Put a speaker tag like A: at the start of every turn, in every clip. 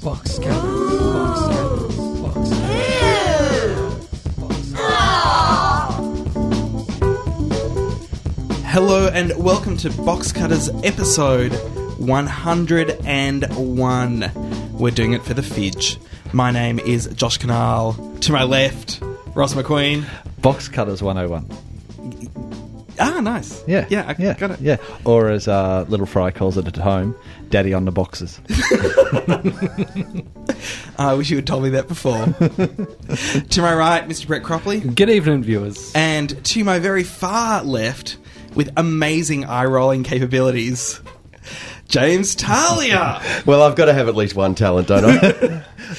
A: Fox Cannibals. Fox Cannibals. Fox Cannibals.
B: Hello and welcome to Box Cutters episode 101. We're doing it for the Fidge. My name is Josh Canal. To my left, Ross McQueen.
C: Box Cutters 101.
B: Ah, nice.
C: Yeah.
B: Yeah, I
C: yeah,
B: got it.
C: Yeah. Or as uh, Little Fry calls it at home, Daddy on the Boxes.
B: I wish you had told me that before. to my right, Mr. Brett Cropley.
A: Good evening, viewers.
B: And to my very far left, with amazing eye rolling capabilities, James Talia.
D: Well, I've got to have at least one talent, don't I?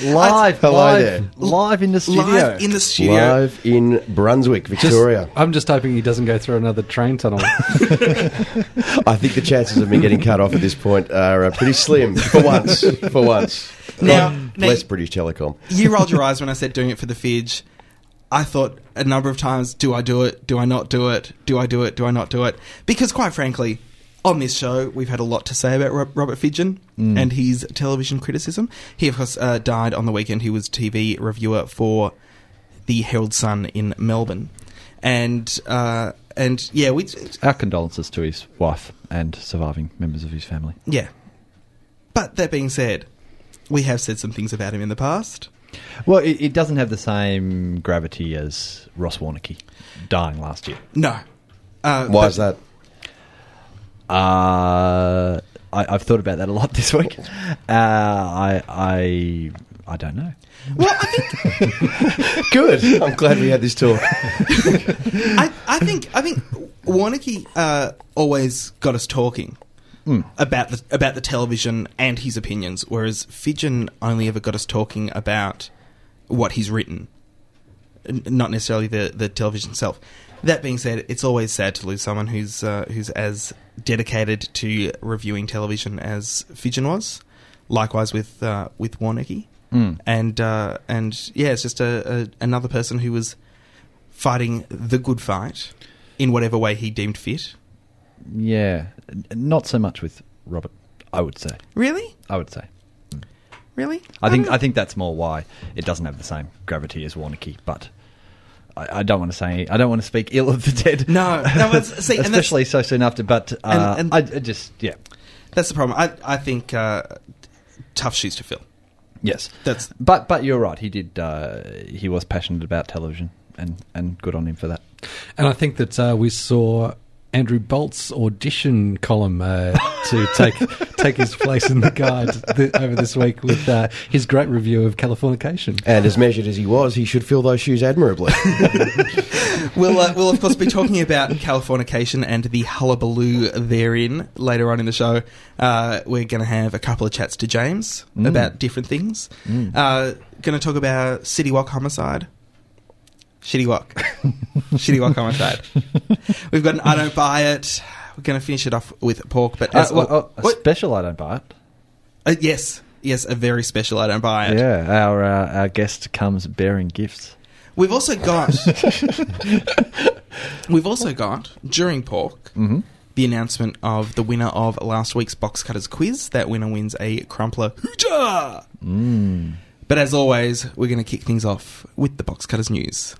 C: live,
D: Hello
C: live,
D: there.
C: live in the studio.
B: Live in the studio.
D: Live in Brunswick, Victoria.
A: I'm just hoping he doesn't go through another train tunnel.
D: I think the chances of me getting cut off at this point are uh, pretty slim. For once, for once.
B: Now-
D: God
B: now-
D: bless British Telecom.
B: you rolled your eyes when I said doing it for the fidge. I thought a number of times, do I do it? Do I not do it? Do I do it? Do I not do it? Because, quite frankly, on this show, we've had a lot to say about Rob- Robert Fidgen
D: Mm.
B: and his television criticism. He, of course, uh, died on the weekend. He was TV reviewer for the Herald Sun in Melbourne, and uh, and yeah, we
C: Our condolences to his wife and surviving members of his family.
B: yeah. But that being said, we have said some things about him in the past.
C: Well, it, it doesn't have the same gravity as Ross Warnicky dying last year.
B: No, uh,
D: Why
B: but-
D: is that?
C: Uh, I, I've thought about that a lot this week. Uh, I, I, I don't know.
B: Well, I think
D: Good. I'm glad we had this talk.
B: I, I think I think Warnicky uh, always got us talking
C: Hmm.
B: about the about the television and his opinions, whereas Fidgen only ever got us talking about what he's written, n- not necessarily the the television itself. That being said, it's always sad to lose someone who's uh, who's as dedicated to reviewing television as Fidgen was. Likewise with uh, with Warnicky.
C: Mm.
B: And uh, and yeah, it's just a, a another person who was fighting the good fight in whatever way he deemed fit.
C: Yeah, N- not so much with Robert. I would say.
B: Really?
C: I would say.
B: Really? Oh,
C: I think
B: don't
C: I think that's more why it doesn't have the same gravity as Warnicky, but I, I don't want to say I don't want to speak ill of the dead.
B: No, no, it's- see, and that's-
C: especially so soon after. But uh,
B: And- and-
C: I, I just yeah,
B: know. that's the problem. I I think uh, tough shoes to fill.
C: yes.
B: That's
C: But but you're right. He did. Uh, he was passionate about television, and and good on him for that.
A: and I think that uh, we saw Andrew Bolt's audition column uh, to take take his place in the guide th- over this week with uh, his great review of Californication.
D: And as measured as he was, he should fill those shoes admirably.
B: we'll uh, we'll of course be talking about Californication and the hullabaloo therein later on in the show. Uh, we're going to have a couple of chats to James about different things. Uh, going to talk about City Walk homicide. Shitty walk. Shitty walk homicide. We've got an I don't buy it. We're going to finish it off with pork, but
C: Uh,
B: as
C: well, uh, a
B: What?
C: special. I don't buy it.
B: Uh, yes, yes, a very special. I don't buy it.
C: Yeah, our uh, our guest comes bearing gifts.
B: We've also got. we've also got during pork the announcement of the winner of last week's box cutters quiz. That winner wins a crumpler hooja. But as always, we're going to kick things off with the box cutters news.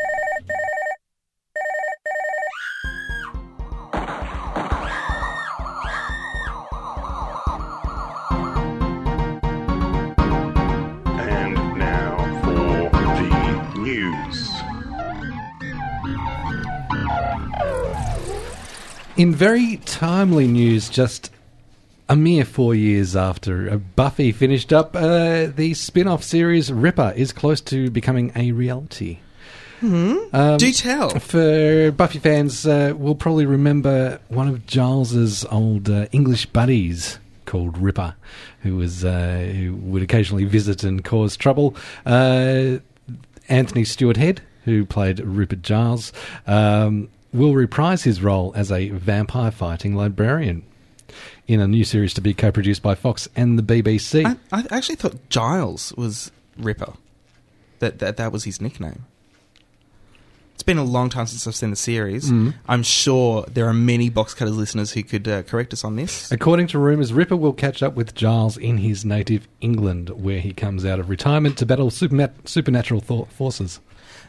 E: And now for the news.
A: In very timely news, just a mere four years after uh, Buffy finished up, uh, the spin off series Ripper is close to becoming a reality.
B: Do tell.
A: For Buffy fans, uh, will probably remember one of Giles's old uh, English buddies called Ripper, who was uh, who would occasionally visit and cause trouble. Uh, Anthony Stewart Head, who played Ripper Giles, um, will reprise his role as a vampire fighting librarian in a new series to be co-produced by Fox and the BBC.
B: I, I actually thought Giles was Ripper. That that that was his nickname. It's it's been a long time since I've seen the series. I'm sure there are many box cutters listeners who could uh, correct us on this.
A: According to rumours, Ripper will catch up with Giles in his native England, where he comes out of retirement to battle supermat- supernatural thor- forces.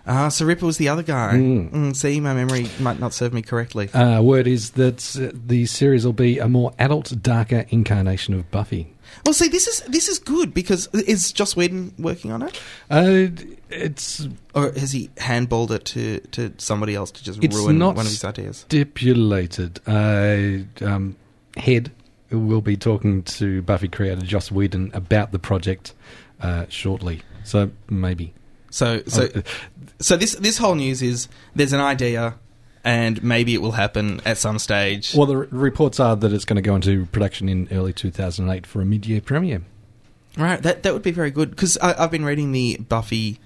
B: Ah, so Ripper was the other guy.
A: Hmm.
B: Mm, see, my memory might not serve me correctly.
A: Uh, word is that uh, the series will be a more adult, darker incarnation of Buffy.
B: well, see, this is this is good because is Joss Whedon working on it,
A: Uh, it's
B: or has he handballed it to, to somebody else to just
A: It's
B: ruin
A: not
B: one of his ideas?
A: stipulated. Uh, um, Head will be talking to Buffy creator Joss Whedon about the project uh, shortly. So maybe.
B: So, so,
A: Oh, uh,
B: so this this whole news is there's an idea, and maybe it will happen at some stage.
A: Well, the r- reports are that it's going to go into production in early 2008 for a mid-year premiere.
B: Right, that that would be very good because I've been reading the Buffy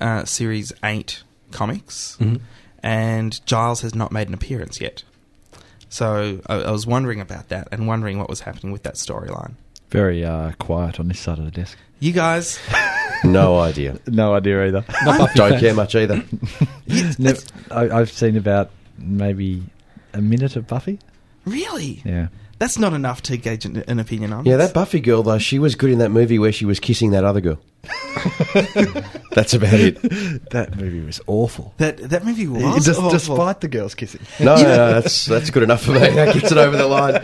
B: uh, series eight comics,
D: Mm-hmm.
B: and Giles has not made an appearance yet. So I, I was wondering about that and wondering what was happening with that storyline.
C: Very uh, quiet on this side of the desk.
B: You guys,
D: No idea.
C: No idea either.
D: Don't care much either.
C: Never, I, I've seen about maybe a minute of Buffy.
B: really?
C: Yeah.
B: That's not enough to gauge an, an opinion on.
D: Yeah, that Buffy girl though, she was good in that movie where she was kissing that other girl. That's about it.
C: That movie was awful.
B: that that movie was
C: Des-
B: awful.
C: despite the girls kissing.
D: No, no, no, that's that's good enough for me. That gets it over the line.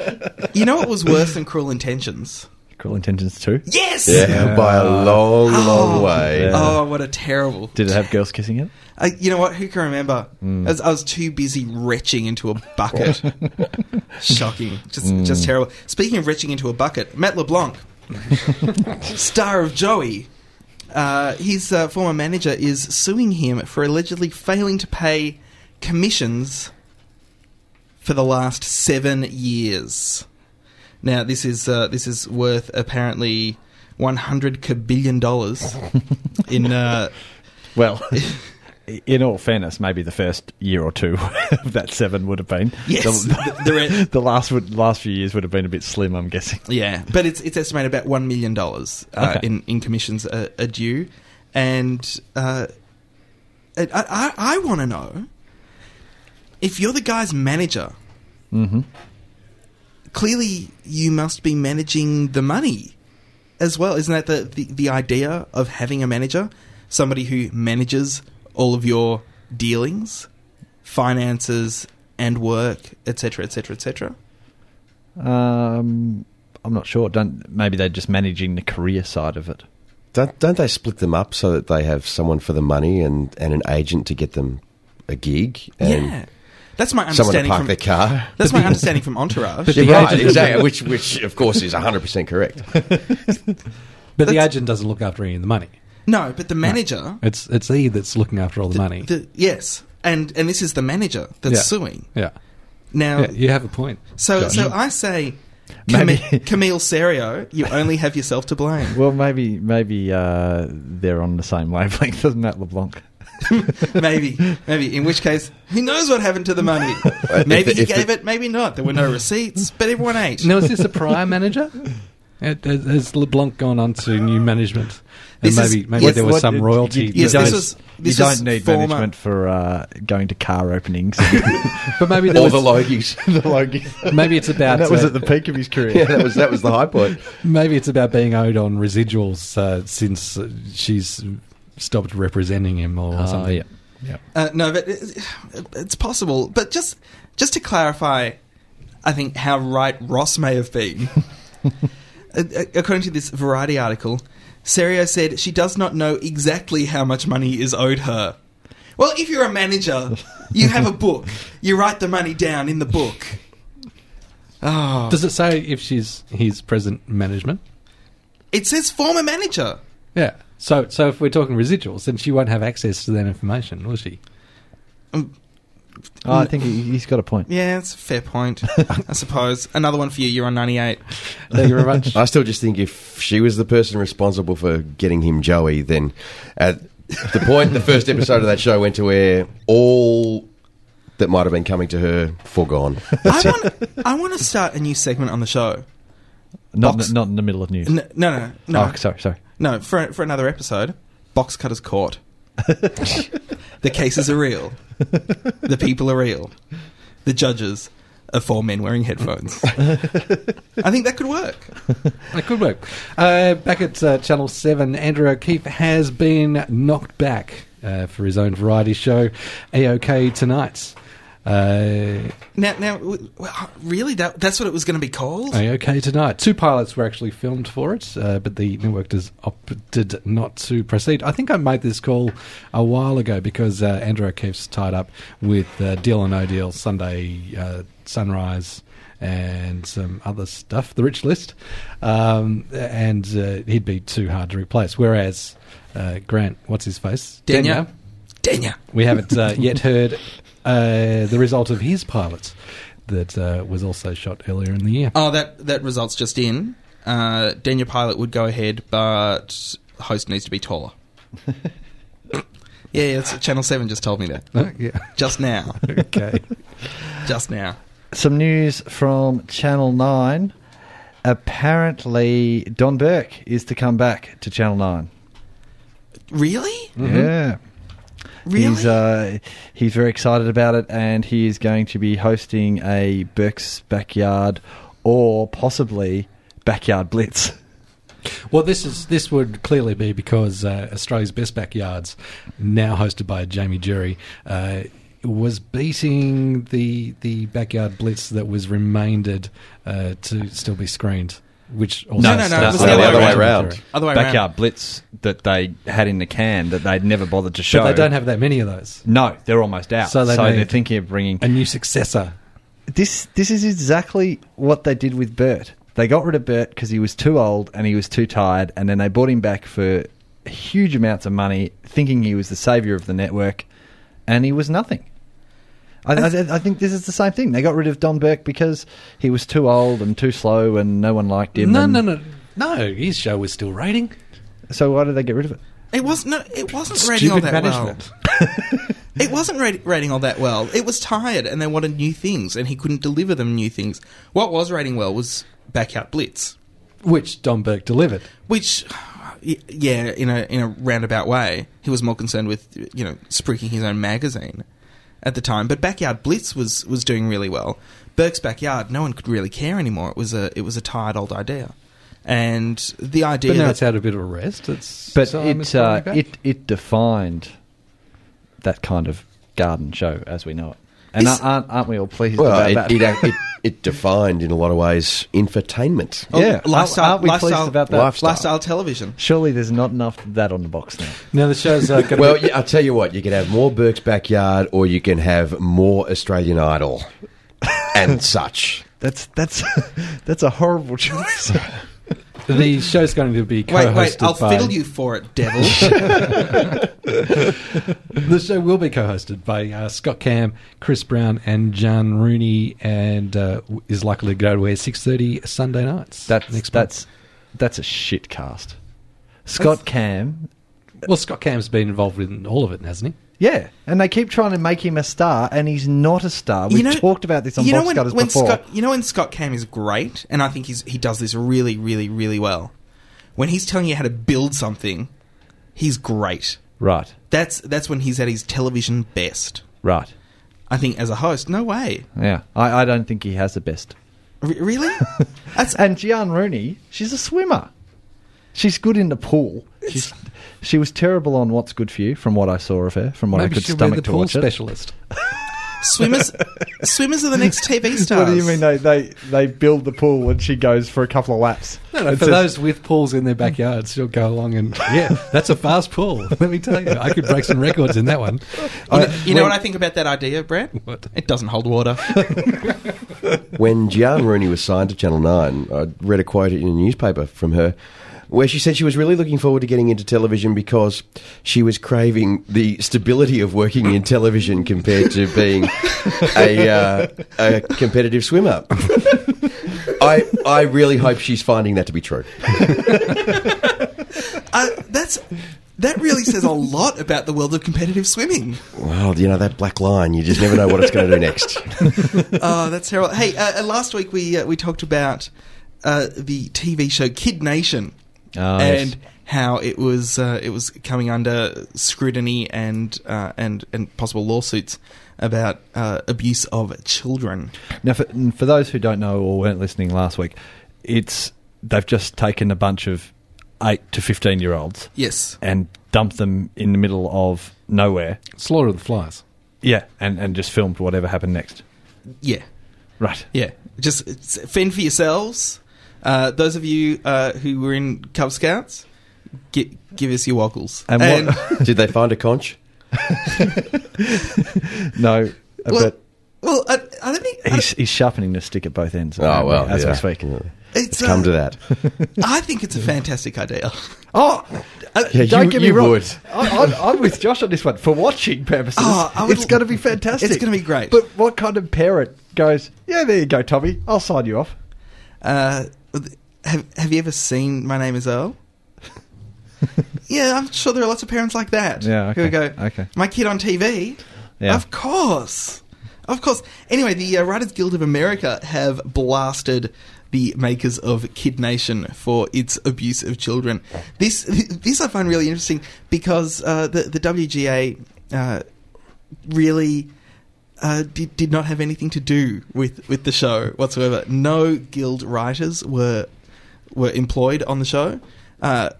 B: You know what was worse than Cruel Intentions?
C: Cruel Intentions 2.
B: Yes.
D: Yeah, Ah. by a long, long
B: Oh.
D: way.
C: Yeah.
B: Oh, what a terrible!
C: Did it have girls kissing it?
B: I, Uh, you know what? Who can remember? As I was too busy retching into a bucket. Shocking. Just, just terrible. Speaking of retching into a bucket, Matt LeBlanc, star of Joey, uh, his uh, former manager is suing him for allegedly failing to pay commissions for the last seven years. Now, this is uh, this is worth apparently one hundred billion dollars in. Uh,
C: Well, in all fairness, maybe the first year or two of that seven would have been.
B: Yes,
C: The,
B: the- the re-
C: the last would, last few years would have been a bit slim, I'm guessing.
B: Yeah, but it's it's estimated about one million dollars uh,
C: Okay.
B: in in commissions uh, are, are due, and uh, it- I I, I want to know if you're the guy's manager.
D: Mm-hmm.
B: Clearly, you must be managing the money as well. Isn't that the, the, the idea of having a manager? Somebody who manages all of your dealings, finances, and work, etc., etc., etc.
C: Um, I'm not sure. Don't maybe they're just managing the career side of it.
D: Don't, don't they split them up so that they have someone for the money and, and an agent to get them a gig and
B: Yeah. That's my
D: someone to
B: understanding
D: park
B: from
D: their car?
B: That's my understanding from Entourage.
D: Yeah,
A: the
D: right,
A: agent-
D: exactly. Which, which of course, is 100% correct.
A: But the
B: That's-
A: agent doesn't look after any of the money.
B: No, but the manager,
A: It's it's he that's looking after all the, money.
B: the, yes, and and this is the manager that's
A: Yeah.
B: suing
A: yeah.
B: now.
A: yeah, you have a point.
B: So so I say, Cam-
C: Maybe-
B: Camille Serio, you only have yourself to blame.
C: Well, maybe maybe uh, they're on the same wavelength as Matt LeBlanc.
B: maybe maybe in which case, who knows what happened to the money?
D: if
B: maybe
D: the-
B: he
D: if the-
B: gave it, maybe not. There were no receipts, but everyone ate.
A: Now, is this a prior manager? Uh, Has has LeBlanc gone on to new management? And
B: This is-
A: maybe maybe
B: yes,
A: there was
C: What-
A: some
C: you-
A: royalty.
C: You,
B: Yes,
A: that
C: don't,
B: this
A: was-
B: is- this
C: you
B: is
C: don't need
B: former-
C: management for uh, going to car openings.
A: but maybe there
D: Or
A: was,
D: the Logies.
A: maybe it's about
C: that was
A: uh,
C: at the peak of his career.
D: yeah, that was, that was the high point.
A: maybe it's about being owed on residuals uh, since uh, she's stopped representing him
B: Ah,
A: or something.
C: yeah. Yeah.
B: Uh, no, but it- it's possible. But just just to clarify, I think how right Ross may have been. A- a- According to this Variety article, Serio said she does not know exactly how much money is owed her. Well, if you're a manager, you have a book. You write the money down in the book. Oh,
A: Does it say if she's his present management?
B: it says former manager.
A: Yeah. So so if we're talking residuals, then she won't have access to that information, will she?
C: Oh, I think he, he's got a point.
B: Um, Yeah, it's a fair point, I suppose. Another one for you. You're on ninety-eight.
A: Thank you very much.
D: I still just think if she was the person responsible for getting him Joey, then at the point the first episode of that show went to air, all that might have been coming to her foregone.
B: I want. I want to start a new segment on the show.
C: Not,
B: Box-
C: in the- not in the middle of news.
B: No, no, no, no.
C: Oh, sorry, sorry.
B: No, for for another episode, box cutters caught. The cases are real. The people are real. The judges are four men wearing headphones. I think that could work.
A: That could work. Uh, back at uh, Channel 7, Andrew O'Keefe has been knocked back uh, for his own variety show, AOK Tonight's. Uh,
B: Now, now, w- w- really, that, that's what it was going to be called.
A: AOK Tonight. Two pilots were actually filmed for it, uh, but the network has opted not to proceed. I think I made this call a while ago because uh, Andrew O'Keefe's tied up with uh, Deal or No Deal, Sunday uh, Sunrise, and some other stuff, The Rich List, um, and uh, he'd be too hard to replace. Whereas uh, Grant, what's his face?
B: Denya. Denya.
A: We haven't uh, yet heard uh, the result of his pilot that uh, was also shot earlier in the year.
B: Oh, that, that results just in. Uh, Denya Pilot would go ahead, but the host needs to be taller. yeah, yeah, it's, Channel 7 just told me that.
A: Oh, yeah.
B: Just now.
A: Okay.
B: Just now.
C: Some news from Channel 9. Apparently, Don Burke is to come back to Channel 9.
B: Really?
C: Yeah.
B: Really?
C: He's, uh, he's very excited about it, and he is going to be hosting a Burke's Backyard or possibly Backyard Blitz.
A: Well, this is this would clearly be because uh, Australia's best backyards, now hosted by Jamie Jury, uh, was beating the the backyard blitz that was remaindered uh, to still be screened. Which also
B: No, no, no, it was
D: the other way round.
B: Other way
C: backyard
B: around.
C: Blitz that they had in the can that they'd never bothered to show.
A: But they don't have that many of those.
C: No, they're almost out.
A: So
C: So,
A: they
C: they are
A: need-
C: thinking of bringing
A: A new successor.
C: this this is exactly what they did with Bert. They got rid of Bert because he was too old and he was too tired, and then they bought him back for huge amounts of money, thinking he was the savior of the network, and he was nothing. I, I, I think this is the same thing. They got rid of Don Burke because he was too old and too slow, and no one liked him.
A: No,
C: and-
A: no, no, no. His show was still rating.
C: So why did they get rid of it?
B: It wasn't. No, it wasn't rating all that well. It wasn't ra- rating all that well. It was tired, and they wanted new things, and he couldn't deliver them new things. What was rating well was Backyard Blitz,
A: which Don Burke delivered.
B: which, y- yeah, in a in a roundabout way, he was more concerned with you know spruiking his own magazine at the time. But Backyard Blitz was was doing really well. Burke's Backyard, no one could really care anymore. It was a it was a tired old idea, and the idea
A: But now
B: that-
A: it's had a bit of a rest. It's
C: But
A: so I'm
C: it, uh,
A: assuming that-
C: it it defined that kind of garden show as we know it. And
B: This-
C: aren't, aren't we all pleased about
D: Well,
C: that?
D: it, it, ac- it, it defined in a lot of ways infotainment.
B: Oh,
C: yeah,
B: lifestyle-
C: aren't we
B: lifestyle-
C: pleased about that?
D: Lifestyle.
B: lifestyle television.
C: Surely there's not enough of that on the box now.
A: now the show's uh, going
D: Well, yeah, I'll tell you what, you can have more Burke's Backyard or you can have more Australian Idol and such.
C: That's that's that's a horrible choice.
A: the show's going to be
B: Wait,
A: co-hosted
B: wait, I'll
A: by
B: fiddle you for it, devil.
A: The show will be co-hosted by uh, Scott Cam, Chris Brown, and John Rooney, and uh, w- is likely to go to air six thirty Sunday nights.
C: that's
A: next
C: that's that's a shit cast. Scott Cam,
A: month. Well, Scott Cam's been involved in all of it, hasn't he?
C: yeah, and they keep trying to make him a star, and he's not a star. We've talked about this on
B: you know
C: Box
B: when-
C: Cutters
B: when
C: before.
B: Scott, you know when Scott Cam is great, and I think he's he does this really, really, really well. When he's telling you how to build something, he's great.
C: right,
B: That's that's when he's at his television best.
C: right,
B: I think as a host, no way,
C: yeah. I, I don't think he has the best.
B: R- really. That's
C: And Gian Rooney, she's a swimmer. She's good in the pool. She's, she was terrible on What's Good for You, from what I saw of her, from what I
A: Maybe
C: could
A: she'll be
C: stomach
A: the
C: to
A: pool
C: watch it.
A: specialist.
B: swimmers. swimmers are the next TV stars.
C: What do you mean they, they, they build the pool and she goes for a couple of laps?
A: No, no,
C: It
A: for
C: says-
A: those with pools in their backyards, she'll go along and yeah, that's a fast pool. Let me tell you, I could break some records in that one.
B: You know, you know what I think about that idea, Brad?
A: What?
B: It doesn't hold water.
D: When Gian Rooney was signed to Channel 9, I read a quote in a newspaper from her where she said she was really looking forward to getting into television because she was craving the stability of working in television compared to being a, uh, a competitive swimmer. I, I really hope she's finding that to be true.
B: uh, that's that really says a lot about the world of competitive swimming.
D: Well, you know, that black line, you just never know what it's going to do next.
B: oh, that's terrible. Hey, uh, uh, last week we uh, we talked about uh, the TV show Kid Nation
C: Oh, yes.
B: and how it was uh, it was coming under scrutiny and uh, and and possible lawsuits about uh, abuse of children.
C: Now, for, and for those who don't know or weren't listening last week, it's they've just taken a bunch of eight to fifteen year olds
B: Yes,
C: and dumped them in the middle of nowhere.
A: Slaughter of the Flies.
C: Yeah, and and just filmed whatever happened next.
B: yeah,
C: Right.
B: yeah. Just s- fend for yourselves. Uh, those of you uh, who were in Cub Scouts, gi- give us your woggles.
C: And what-
D: Did they find a conch?
C: No,
B: well,
C: but
B: well, uh, I, I don't think I don't-
C: he's, he's sharpening the stick at both ends.
D: Oh well,
C: as
D: yeah.
C: we speak.
D: Yeah.
B: it's,
D: Come
B: uh,
D: to that.
B: I think it's a fantastic idea.
C: Oh, uh,
D: Yeah,
C: don't
D: you-
C: get me
D: you
C: wrong.
D: would.
C: I, I, I'm with Josh on this one for watching purposes.
B: Oh, I would-
C: it's going to be fantastic.
B: It's gonna be great.
C: But what kind of parent goes? Yeah, there you go, Tommy. I'll sign you off.
B: Uh, have Have you ever seen My Name Is Earl? yeah, I'm sure there are lots of parents like that.
C: Yeah,
B: Who
C: okay,
B: go,
C: okay.
B: my kid on TV.
C: Yeah.
B: Of course. Of course. Anyway, the uh, Writers Guild of America have blasted the makers of Kid Nation for its abuse of children. This this I find really interesting because uh, the the WGA uh, really uh, did, did not have anything to do with, with the show whatsoever. No guild writers were were employed on the show. Uh,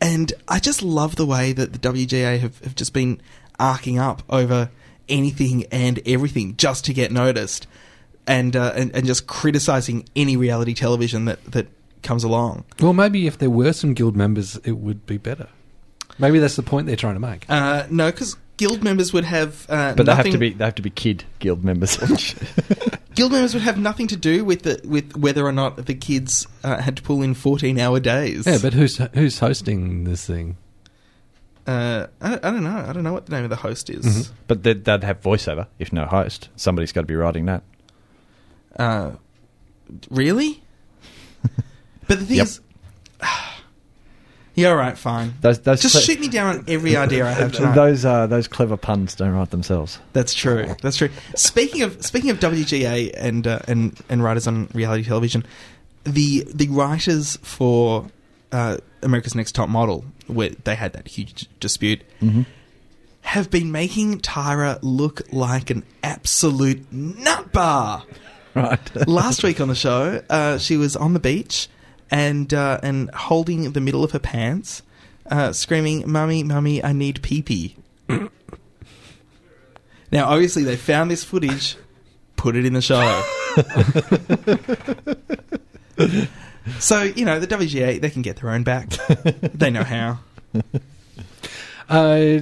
B: and I just love the way that the WGA have, have just been arcing up over anything and everything just to get noticed and, uh, and, and just criticizing any reality television that, that comes along.
A: Well, maybe if there were some guild members, it would be better. Maybe that's the point they're trying to make.
B: Uh, no, because guild members would have uh,
C: But they have
B: nothing-
C: to be they have to be kid guild members.
B: guild members would have nothing to do with the, with whether or not the kids uh, had to pull in 14 hour days.
A: Yeah, but who's who's hosting this thing?
B: uh, I, don't- I don't know. I don't know what the name of the host is.
C: but they'd, they'd have voiceover if no host. Somebody's got to be writing that.
B: Uh, really? but the thing
C: Yep.
B: is, yeah, all right, fine.
C: Those those
B: Just
C: cle-
B: shoot me down on every idea I have tonight.
C: those uh, those clever puns don't write themselves.
B: That's true. That's true. Speaking of speaking of WGA and uh, and and writers on reality television, the the writers for uh, America's Next Top Model, where they had that huge dispute,
C: Mm-hmm.
B: have been making Tyra look like an absolute nutbar.
C: Right.
B: Last week on the show, uh, she was on the beach and uh, and holding the middle of her pants, uh, screaming, "Mummy, mummy, I need pee pee." now, obviously, they found this footage, put it in the show. so you know the WGA, they can get their own back. they know how.
A: Uh,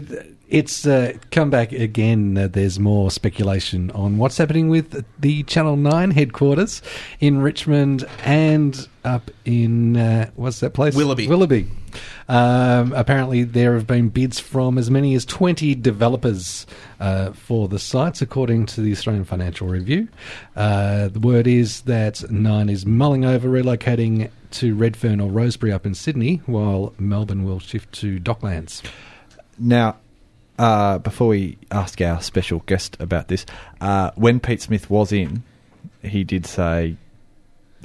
A: it's uh, come back again. Uh, there's more speculation on what's happening with the Channel 9 headquarters in Richmond and up in, uh, what's that place?
B: Willoughby.
A: Willoughby. Um, apparently, there have been bids from as many as 20 developers uh, for the sites, according to the Australian Financial Review. Uh, the word is that Nine is mulling over relocating to Redfern or Rosebery up in Sydney, while Melbourne will shift to Docklands.
C: Now, uh, before we ask our special guest about this, uh, when Pete Smith was in, he did say,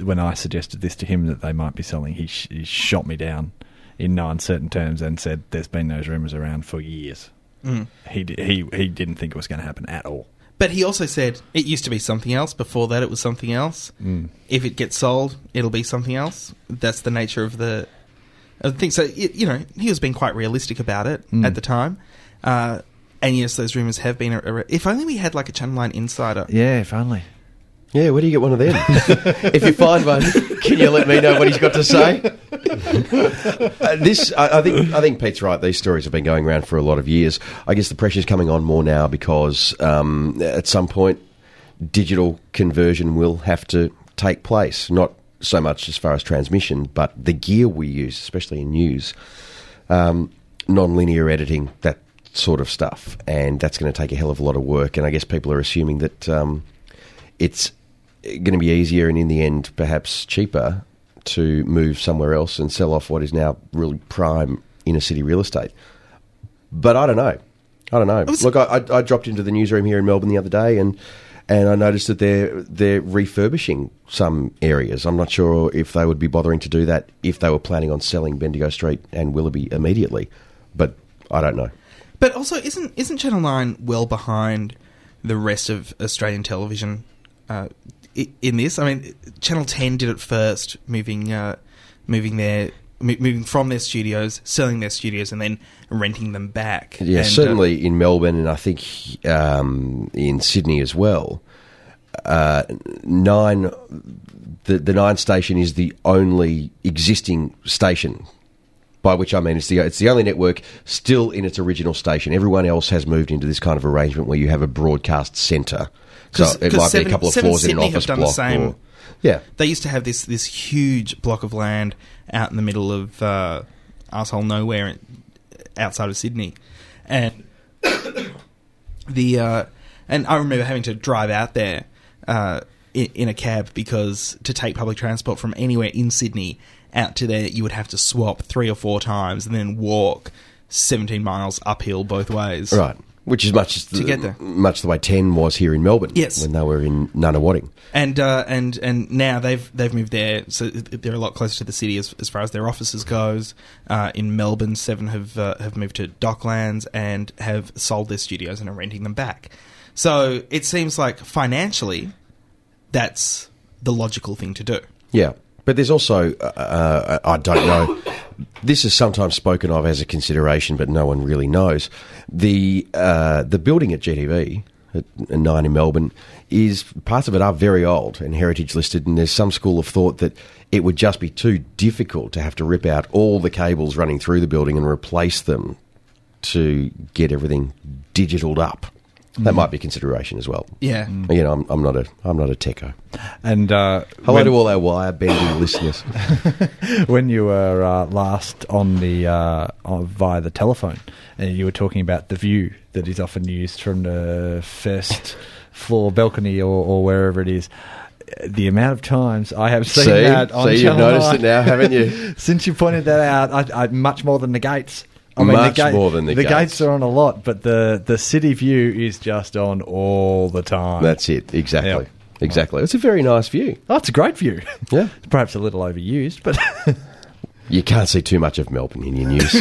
C: when I suggested this to him that they might be selling, he, sh- he shot me down in no uncertain terms and said, "There's been those rumours around for years."
B: Mm.
C: He d- he he didn't think it was going to happen at all.
B: But he also said it used to be something else. Before that, it was something else.
C: Mm.
B: if it gets sold, it'll be something else. That's the nature of the of the thing. So y you know, he was being quite realistic about it
C: Mm.
B: at the time. Uh, and yes, those rumors have been. ar- ar- if only we had like a Channel Nine insider.
C: Yeah, if only.
D: Yeah, where do you get one of them? if you find one, can you let me know what he's got to say? Uh, this, I, I think, I think Pete's right. These stories have been going around for a lot of years. I guess the pressure's coming on more now because um, at some point, digital conversion will have to take place. Not so much as far as transmission, but the gear we use, especially in news, um, non-linear editing, that sort of stuff, and that's going to take a hell of a lot of work. And I guess people are assuming that um, it's going to be easier and in the end perhaps cheaper to move somewhere else and sell off what is now really prime inner city real estate. But I don't know. I don't know.
B: was-
D: Look, I, I, I dropped into the newsroom here in Melbourne the other day and and I noticed that they're they're refurbishing some areas. I'm not sure if they would be bothering to do that if they were planning on selling Bendigo Street and Willoughby immediately, but I don't know.
B: But also, isn't isn't Channel Nine well behind the rest of Australian television uh, i- in this? I mean, Channel Ten did it first, moving uh, moving their mo- moving from their studios, selling their studios, and then renting them back. And,
D: Yeah,
B: uh,
D: certainly in Melbourne and I think um, in Sydney as well. Uh, nine, the, the Nine station is the only existing station. By which I mean it's the it's the only network still in its original station. Everyone else has moved into this kind of arrangement where you have a broadcast centre. So
B: 'Cause-
D: it
B: 'cause
D: might be
B: Seven-
D: a couple of
B: Seven
D: floors in an
B: Sydney have
D: office
B: done the
D: block.
B: same.
D: or- yeah,
B: they used to have this this huge block of land out in the middle of uh, asshole nowhere in- outside of Sydney, and the uh, and I remember having to drive out there uh, in, in a cab because to take public transport from anywhere in Sydney out to there, you would have to swap three or four times and then walk seventeen miles uphill both ways.
D: right. Which is much the,
B: get there.
D: much the way ten was here in Melbourne.
B: Yes.
D: when they were in Nunawading.
B: and uh, and and now they've they've moved there, so they're a lot closer to the city as, as far as their offices goes. Uh, in Melbourne, Seven have uh, have moved to Docklands and have sold their studios and are renting them back. So it seems like financially, that's the logical thing to do.
D: Yeah, but there's also uh, uh, I don't know. this is sometimes spoken of as a consideration, but no one really knows. The uh, the building at GTV at nine in Melbourne is parts of it are very old and heritage listed, and there's some school of thought that it would just be too difficult to have to rip out all the cables running through the building and replace them to get everything digitaled up. That might be a consideration as well.
B: Yeah.
D: You know, I'm, I'm not a I'm not a techo.
C: And uh,
D: Hello
C: when-
D: to all our wire bending listeners.
C: when you were uh, last on the uh, on, via the telephone, and you were talking about the view that is often used from the first floor balcony or, or wherever it is. The amount of times I have seen
D: See?
C: that on
D: See, you've
C: Channel
D: noticed
C: 9.
D: it now, haven't you?
C: Since you pointed that out, I, I much more than the gates. I
D: Much
C: the gate-
D: more than the
C: the gates.
D: gates.
C: are on a lot, but the the city view is just on all the time.
D: That's it. Exactly.
C: Yep.
D: Exactly. It's a very nice view.
C: oh, it's a great view.
D: Yeah.
C: Perhaps a little overused, but
D: You can't see too much of Melbourne in your news.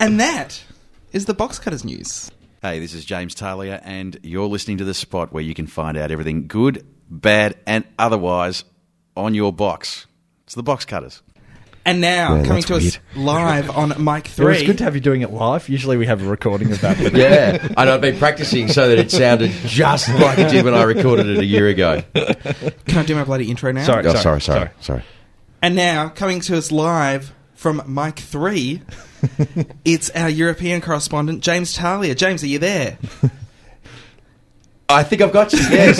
B: And that is the box cutters news.
F: Hey, this is James Talia, and you're listening to the spot where you can find out everything good, bad, and otherwise on your box. It's the box cutters.
B: And now
D: Yeah,
B: coming
D: that's
B: to us live on Mike
C: it
B: Three.
C: was good to have you doing it live. Usually we have a recording of that. but-
D: yeah. And I've been practicing so that it sounded just like it did when I recorded it a year ago.
C: Uh,
B: Can I do my bloody intro now?
C: Sorry.
D: Oh, sorry, sorry, sorry.
B: And now, coming to us live from Mike 3, it's our European correspondent, James Talia. James, are you there?
D: I think I've got you. Yes.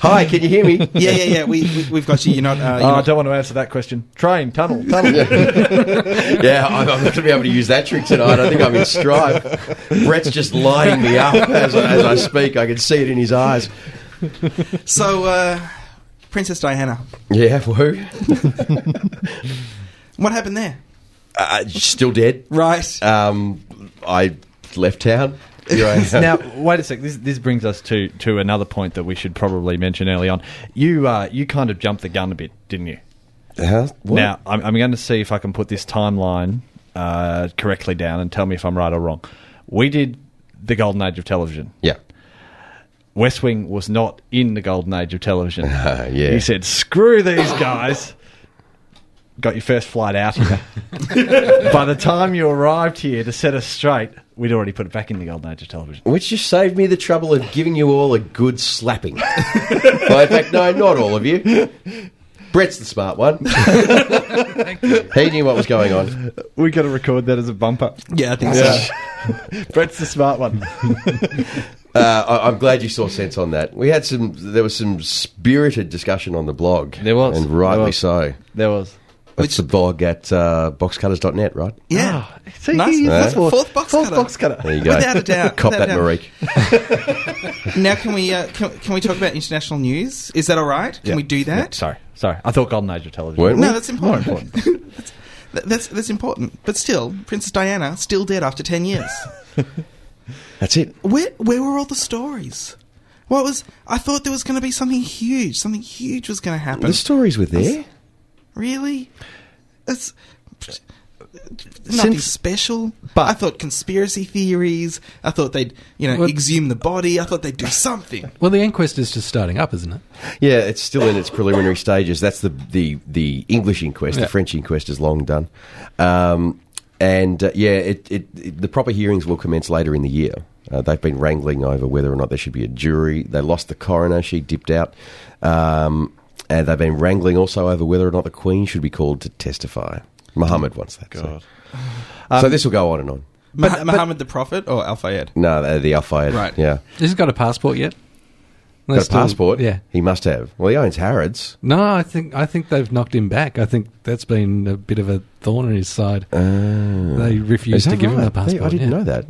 D: Hi, can you hear me?
B: Yeah, yeah, yeah. We, we, we've got you. You're not.
D: Um,
B: Uh, you're
C: Oh, I
B: not-
C: don't want to answer that question. Train, tunnel, tunnel.
D: Yeah, I'm, I'm not going to be able to use that trick tonight. I think I'm in strife. Brett's just lining me up as I, as I speak. I can see it in his eyes.
B: So, uh, Princess Diana,
D: Yeah, woo.
B: what happened there?
D: Uh, still dead.
B: Right.
C: Uh,
D: Um, I left town. Here I am.
C: now, wait a sec. This, this brings us to, to another point that we should probably mention early on. You uh, you kind of jumped the gun a bit, didn't you?
D: Huh? What?
C: Now, I'm, I'm going to see if I can put this timeline uh, correctly down and tell me if I'm right or wrong. We did the golden age of television.
D: yeah,
C: West Wing was not in the golden age of television.
D: yeah.
C: He said, "Screw these guys." Got your first flight out. By the time you arrived here to set us straight, we'd already put it back in the golden age of television.
D: which just saved me the trouble of giving you all a good slapping. well, in fact, no, not all of you. Brett's the smart one. he knew what was going on.
C: We got to record that as a bumper.
B: yeah, I think so.
C: Brett's the smart one.
D: Uh, I, I'm glad you saw sense on that. We had some. There was some spirited discussion on the blog.
C: There was.
D: and rightly
C: There was.
D: so.
C: There was.
D: That's the blog at uh, boxcutters.net, right?
B: Yeah.
C: Ah, see,
B: Nice.
C: he's
D: Yeah.
C: the fourth,
B: Fourth box cutter.
D: There you go.
B: Without a doubt,
D: Cop
B: without
D: that,
B: a doubt.
D: Marique.
B: Now, can we uh, can, can we talk about international news? Is that all right? Can we do
C: Yeah,
B: that?
C: sorry, sorry. I thought golden age of television.
D: Weren't we?
B: No, that's important.
C: More important.
B: Th- That's that's important. But still, Princess Diana still dead after ten years.
D: That's it.
B: Where where were all the stories? What was? I thought there was going to be something huge. Something huge was going to happen.
D: The stories were there.
B: Really? It's nothing
C: Since-
B: special.
C: but-
B: I thought conspiracy theories. I thought they'd you know
A: Well-
B: exhume the body. I thought they'd do something.
A: Well, the inquest is just starting up, isn't it?
D: Yeah, it's still in its preliminary stages. That's the the, the English inquest.
A: Yeah.
D: The French inquest is long done, um, and uh, yeah, it, it, it the proper hearings will commence later in the year. Uh, they've been wrangling over whether or not there should be a jury. They lost the coroner; she dipped out. Um, and they've been wrangling also over whether or not the Queen should be called to testify. Mohammed wants that.
F: God.
D: So,
A: Um,
D: so this will go on and on.
B: Mah- Muhammad the Prophet or Al Fayed?
D: No, the, the Al-Fayed.
B: Right.
D: Yeah.
A: Has he got a passport yet? They
D: Got a
A: still-
D: passport?
A: Yeah.
D: He must have. Well, he owns Harrods.
A: No, I think I think they've knocked him back. I think that's been a bit of a thorn in his side. they refused
D: Oh. Is
A: to
D: that
A: give him
D: right?
A: the passport.
D: I didn't
A: yeah.
D: know that.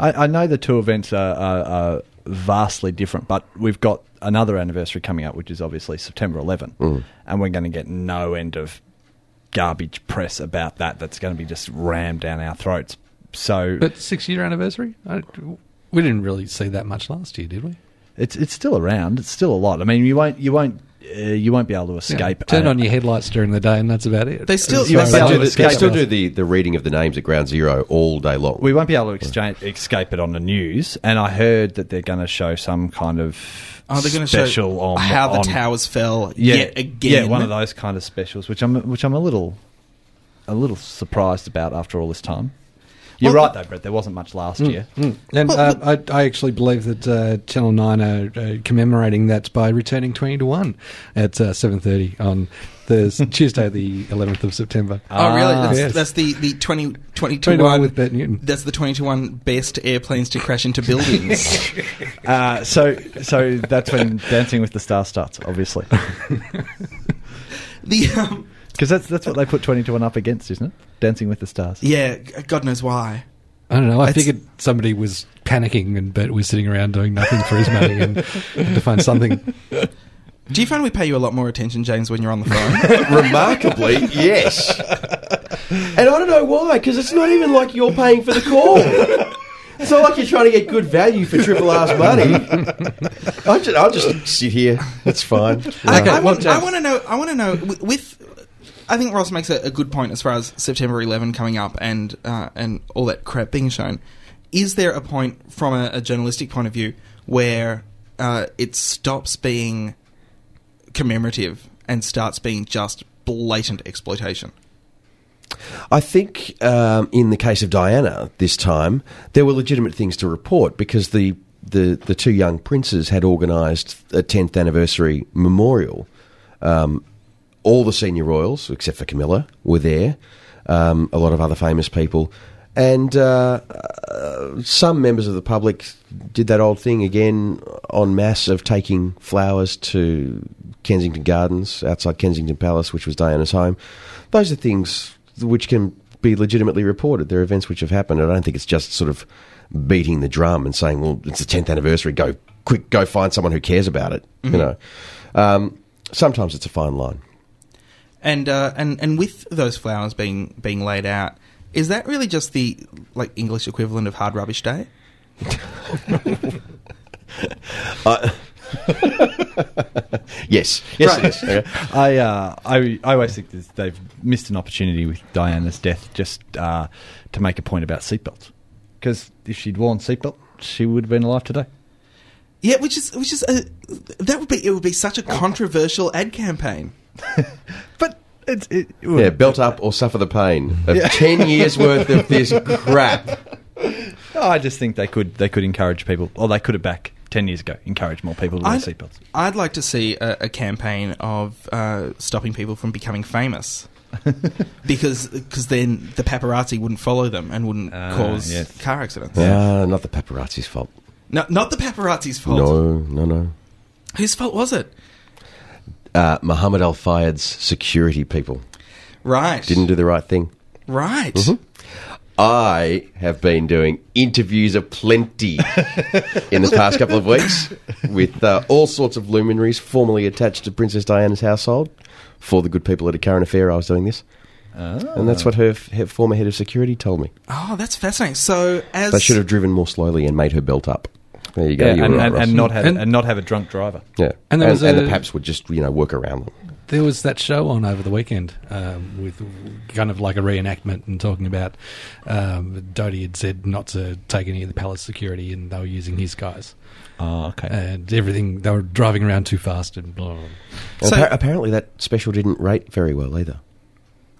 C: I, I know the two events are, are, are vastly different, but we've got another anniversary coming up, which is obviously September 11,
A: Mm.
C: and we're going to get no end of garbage press about that. That's going to be just rammed down our throats. So
A: But six year anniversary? I, we didn't really see that much last year, did we?
C: it's it's still around. It's still a lot. I mean, you won't you won't uh, you won't be able to
A: Yeah.
C: escape.
A: Turn
C: uh,
A: on your headlights during the day, and that's about it.
B: They still-
A: As
C: You
A: far
C: won't
A: as I
C: be able
A: know,
C: to
D: They
A: it's got
D: still,
C: escape
A: us.
D: do the, the reading of the names at Ground Zero all day long.
C: we won't be able to exchange, escape it on the news. And I heard that they're going to show some kind of
A: Oh,
B: Are they going to
C: special
B: show
C: on
B: how the
C: on-
B: towers fell
C: yeah,
B: yet again?
C: Yeah, one of those kind of specials, which I'm which I'm a little a little surprised about after all this time. You're
B: Well,
C: right though, Brett. There wasn't much last year.
A: And
B: Well,
A: uh, I, I actually believe that uh, Channel Nine are uh, commemorating that by returning twenty to one at uh, seven thirty on the Tuesday, the eleventh of September.
B: Oh, really? That's,
A: yes.
B: that's the, the 20, 20 to
A: 20 to
B: 1.
A: one with Bert Newton.
B: That's the 20 to 1 best airplanes to crash into buildings.
C: Uh, so so that's when Dancing with the Stars starts, obviously,
B: the, um,
C: because that's that's what they put twenty to one up against, isn't it? Dancing with the Stars.
B: yeah, g- God knows why.
A: I don't know. I
B: It's-
A: figured somebody was panicking and Bert was sitting around doing nothing for his money and had to find something.
B: Do you find we pay you a lot more attention, James, when you're on the phone?
D: Remarkably, yes. And I don't know why, because it's not even like you're paying for the call. It's not like you're trying to get good value for Triple R's money. I'll just, I'll just sit here. That's fine.
B: I,
A: Okay,
B: I,
A: well,
B: want, I
A: James-
B: want to know. I want to know with. with I think Ross makes a, a good point as far as September 11 coming up and uh, and all that crap being shown. Is there a point from a, a journalistic point of view where uh, it stops being commemorative and starts being just blatant exploitation?
D: I think um, in the case of Diana this time, there were legitimate things to report because the the, the two young princes had organised a 10th anniversary memorial. Um, all the senior royals, except for Camilla, were there. Um, a lot of other famous people. And uh, uh, some members of the public did that old thing again en masse of taking flowers to Kensington Gardens outside Kensington Palace, which was Diana's home. Those are things which can be legitimately reported. They're events which have happened. I don't think it's just sort of beating the drum and saying, "Well, it's the tenth anniversary. Go quick, go find someone who cares about it." You know, um, sometimes it's a fine line.
B: And uh, and and with those flowers being being laid out, is that really just the like English equivalent of Hard Rubbish Day?
D: Yes, yes,
B: Right.
D: yes. Okay.
C: I, uh, I I always think that they've missed an opportunity with Diana's death just uh, to make a point about seatbelts. Because if she'd worn seatbelt, she would have been alive today.
B: Yeah, which is which is a, that would be it would be such a controversial ad campaign.
C: But it's it,
D: Yeah, belt up or suffer the pain of ten years worth of this crap.
C: Oh, I just think they could they could encourage people, or they could have back ten years ago encouraged more people to wear
B: I'd,
C: seatbelts.
B: I'd like to see a, a campaign of uh, stopping people from becoming famous. because cause then the paparazzi wouldn't follow them and wouldn't
C: Ah,
B: cause
C: yes.
B: car accidents.
D: Ah, not the paparazzi's fault.
B: No, not the paparazzi's fault.
D: No, no, no.
B: Whose fault was it?
D: Uh, Muhammad Al Fayed's security people
B: Right.
D: didn't Mm-hmm. do the right thing.
B: Right.
D: I have been doing interviews aplenty in the past couple of weeks with uh, all sorts of luminaries formerly attached to Princess Diana's household. For the good people at a current affair, I was doing this. And that's what her, f- her former head of security told me.
B: Oh, that's fascinating. So as
D: They should have driven more slowly and made her belt up. There you go.
C: Yeah,
D: you
C: and,
D: were right,
C: and,
D: Ross.
C: and not have
A: And-
C: and not have a drunk driver.
D: yeah.
A: and
D: And,
A: there
D: and,
A: was a-
D: the paps would just you know work around them.
A: There was that show on over the weekend um, with kind of like a reenactment and talking about um, Doty had said not to take any of the palace security and they were using his guys
C: Oh, okay.
A: and everything. They were driving around too fast and blah. blah, blah.
D: And
B: So-
D: appa- apparently, that special didn't rate very well either.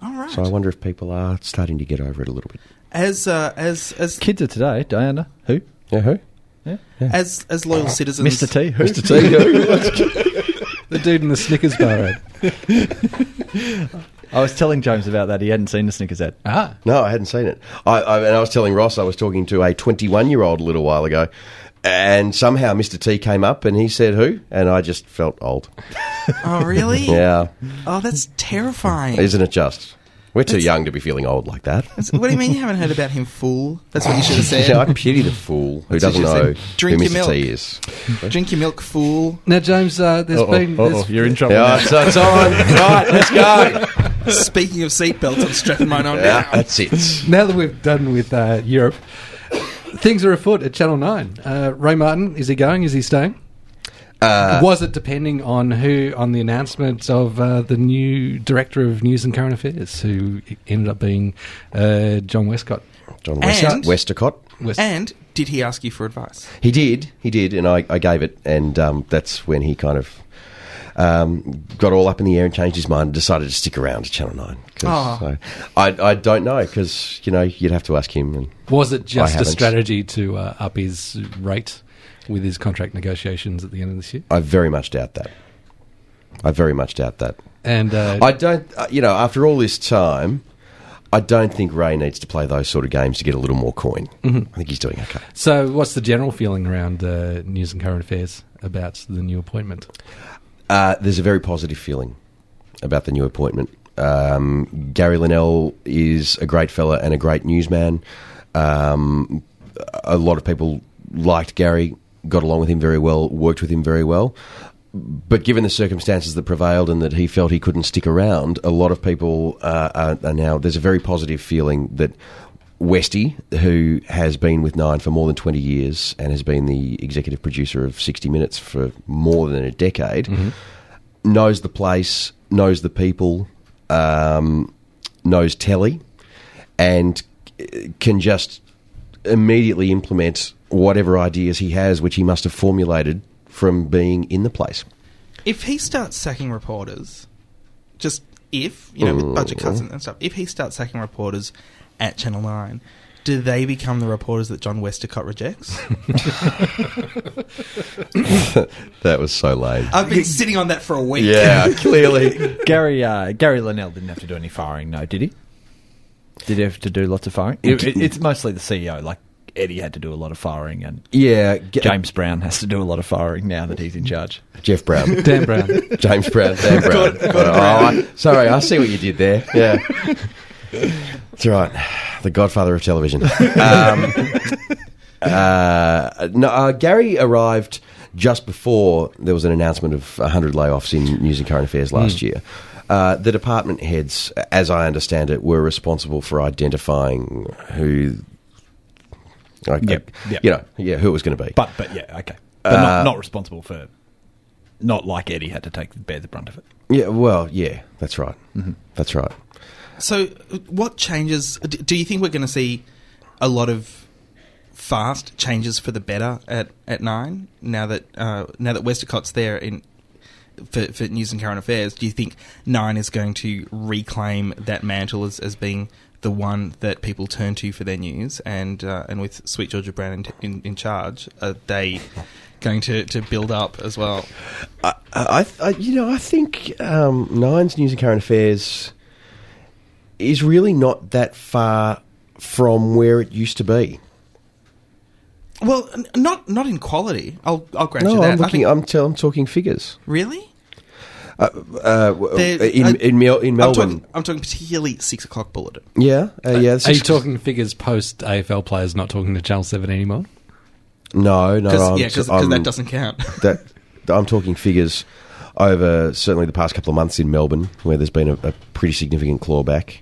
B: all right
D: So I wonder if people are starting to get over it a little bit.
B: as uh, as as
C: Kids of today, Diana, who?
D: Yeah, who?
C: Yeah.
B: as as loyal citizens,
C: Mr. T, who?
D: Mr. T. who?
A: The dude in the Snickers bar ad.
C: I was telling James about that. He hadn't seen the Snickers ad.
A: Ah,
D: No, I hadn't seen it. I, I, and I was telling Ross I was talking to a 21 year old a little while ago, and somehow Mr. T came up and he said, Who? And I just felt old.
B: Oh, really?
D: Yeah.
B: Oh, that's terrifying.
D: Isn't it just? We're too young to be feeling old like that.
B: That's- what do you mean you haven't heard about him, fool? That's what you should have said.
D: Yeah, I pity the fool who
B: That's what
D: doesn't
B: you
D: know
B: said. Drink
D: who
B: your
D: Mr.
B: milk.
D: T is.
B: Drink your milk, fool.
A: now James, uh, there's been
C: Oh,
A: there's,
C: you're in trouble.
D: Yeah,
C: now.
D: it's, it's on. right, let's go.
B: Speaking of seatbelts, I'm strapping mine on
D: Yeah,
B: now.
D: that's it.
A: now that we've done with uh, Europe, things are afoot at Channel Nine. Uh, Ray Martin, is he going? Is he staying?
D: Uh,
B: Uh,
A: Was it depending on who on the announcement of uh, the new director of news and current affairs, who ended up being uh, John Westcott?
D: John West-
B: And-
D: Westacott.
A: West-
B: And did he ask you for advice?
D: He did, he did, and I, I gave it, and um, that's when he kind of um, got all up in the air and changed his mind and decided to stick around to Channel 9. 'Cause,
B: Oh.
D: uh, I, I don't know, because, you know, you'd have to ask him. And,
A: was it just a
D: haven't.
A: strategy to uh, up his rate with his contract negotiations at the end of this year?
D: I very much doubt that. I very much doubt that.
A: And uh,
D: I don't, uh, you know, after all this time, I don't think Ray needs to play those sort of games to get a little more coin. I think he's doing okay.
A: so, what's the general feeling around uh, news and current affairs about the new appointment?
D: Uh, there's a very positive feeling about the new appointment. Um, Gary Linnell is a great fella and a great newsman. Um, a lot of people liked Gary, got along with him very well, worked with him very well. But given the circumstances that prevailed and that he felt he couldn't stick around, a lot of people uh, are, are now. There's a very positive feeling that Westy, who has been with Nine for more than 20 years and has been the executive producer of 60 Minutes for more than a decade, knows the place, knows the people, um, knows telly, and c- can just immediately implement whatever ideas he has, which he must have formulated from being in the place.
B: If he starts sacking reporters, just if, you know, with budget cuts and, and stuff, if he starts sacking reporters at Channel 9, do they become the reporters that John Westacott rejects?
D: That was so lame.
B: I've been sitting on that for a week.
D: yeah, clearly.
C: Gary uh, Gary Linnell didn't have to do any firing, no, did he? Did he have to do lots of firing? It- it- it's mostly the CEO. Like Eddie had to do a lot of firing, and
D: Yeah, G-
C: James Brown has to do a lot of firing now that he's in charge.
D: Jeff Brown.
A: Dan Brown.
D: James Brown, Dan Brown. Oh, I- sorry, I see what you did there. Yeah. It's all right. The godfather of television. Um, uh, no, uh, Gary arrived just before there was an announcement of 100 layoffs in news and current affairs last
C: Hmm.
D: year. Uh, the department heads, as I understand it, were responsible for identifying who. Like,
C: Yep, yep.
D: You know, yeah, who it was going to be.
C: But but yeah, okay. But not, not responsible for. Not like Eddie had to take bear the brunt of it.
D: yeah, well, yeah, that's right.
C: Mm-hmm.
D: That's right.
B: So, uh, what changes? d- Do you think we're going to see a lot of fast changes for the better at, at nine? Now that uh, now that Westercott's there in for, for news and current affairs, do you think nine is going to reclaim that mantle as, as being the one that people turn to for their news? And uh, and with Sweet Georgia Brown in, in, in charge, are they going to, to build up as well?
D: I, I, I you know, I think um, Nine's News and Current Affairs is really not that far from where it used to be.
B: Well, n- not not in quality. I'll I'll grant you
D: No,
B: that.
D: I'm
B: I
D: looking.
B: think-
D: I'm, tell, I'm talking figures.
B: really.
D: Uh, w-
B: There's-
D: in,
B: I-
D: in, Mel- in
B: I'm
D: Melbourne,
B: talking, I'm talking particularly six o'clock bulletin.
D: yeah, uh, yeah. that's
A: Are you
D: just-
A: talking figures post AFL players not talking to Channel 7 anymore?
D: No, no.
B: 'Cause-
D: I'm-
B: yeah, because
D: I'm-
B: that doesn't count.
D: that I'm talking figures over certainly the past couple of months in Melbourne, where there's been a, a pretty significant clawback.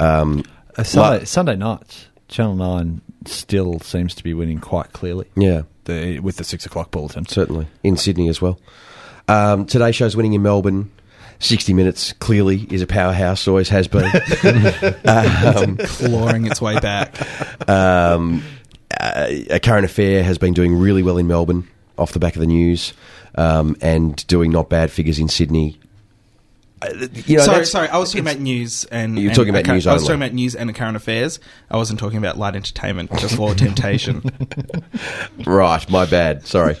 D: Um,
C: Uh, Sunday, Sunday nights, Channel 9 still seems to be winning quite clearly
D: yeah,
C: the, with the 6 o'clock bulletin.
D: certainly in Sydney as well. Um, today's show's winning in Melbourne. 60 Minutes clearly is a powerhouse, always has been. um,
B: clawing its way back.
D: um, uh, a current affair has been doing really well in Melbourne off the back of the news um, and doing not bad figures in Sydney. Uh, you know,
B: sorry,
D: that's-
B: sorry. I was talking about news and
D: You were
B: and
D: talking about
B: current-
D: news
B: I was
D: only.
B: talking about news and current affairs. I wasn't talking about light entertainment, just for temptation.
D: Right, my bad. Sorry.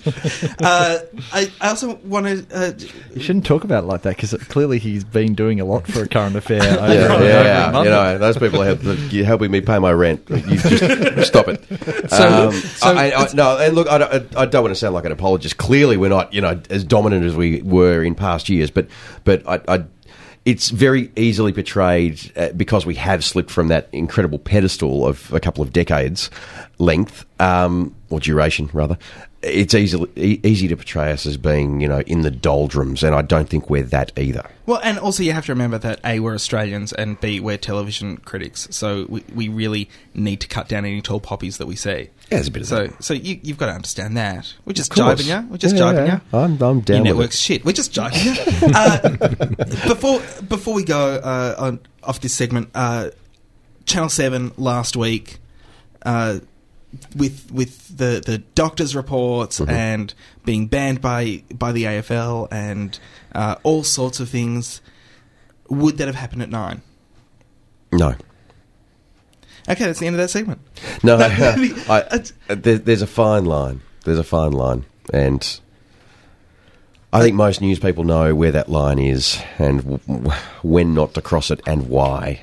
B: Uh, I, I also want to. Uh,
C: You shouldn't talk about it like that because clearly he's been doing a lot for a current affair. over and
D: yeah, yeah,
C: over
D: yeah.
C: in London.
D: You know, those people are help- you're helping me pay my rent. You just stop it.
A: So-
D: um,
A: so
D: I, I, I- no, and look, I don't, I don't want to sound like an apologist. Clearly, we're not, you know, as dominant as we were in past years. But, but I, I it's very easily portrayed uh, because we have slipped from that incredible pedestal of a couple of decades length um, or duration, rather. It's easily e- easy to portray us as being, you know, in the doldrums, and I don't think we're that either.
B: well, and also you have to remember that a we're Australians and b we're television critics, so we, we really need to cut down any tall poppies that we see.
D: Yeah, there's a bit of
B: so
D: that.
B: so you, you've got to understand that. We're just
D: course.
B: jibing you. We're just
D: Yeah,
B: jibing
D: yeah.
B: you.
D: I'm- I'm down
B: Your
D: with
B: network's shit. We're just jibing you. uh, before before we go uh, on off this segment, uh, Channel Seven last week. Uh, with with the, the doctors' reports
D: Mm-hmm.
B: and being banned by by the AFL and uh, all sorts of things, would that have happened at nine?
D: No.
B: Okay, that's the end of that segment.
D: No,
B: No,
D: I, uh,
B: it's-
D: there, there's a fine line. There's a fine line, and I think most news people know where that line is and w- w- when not to cross it and why.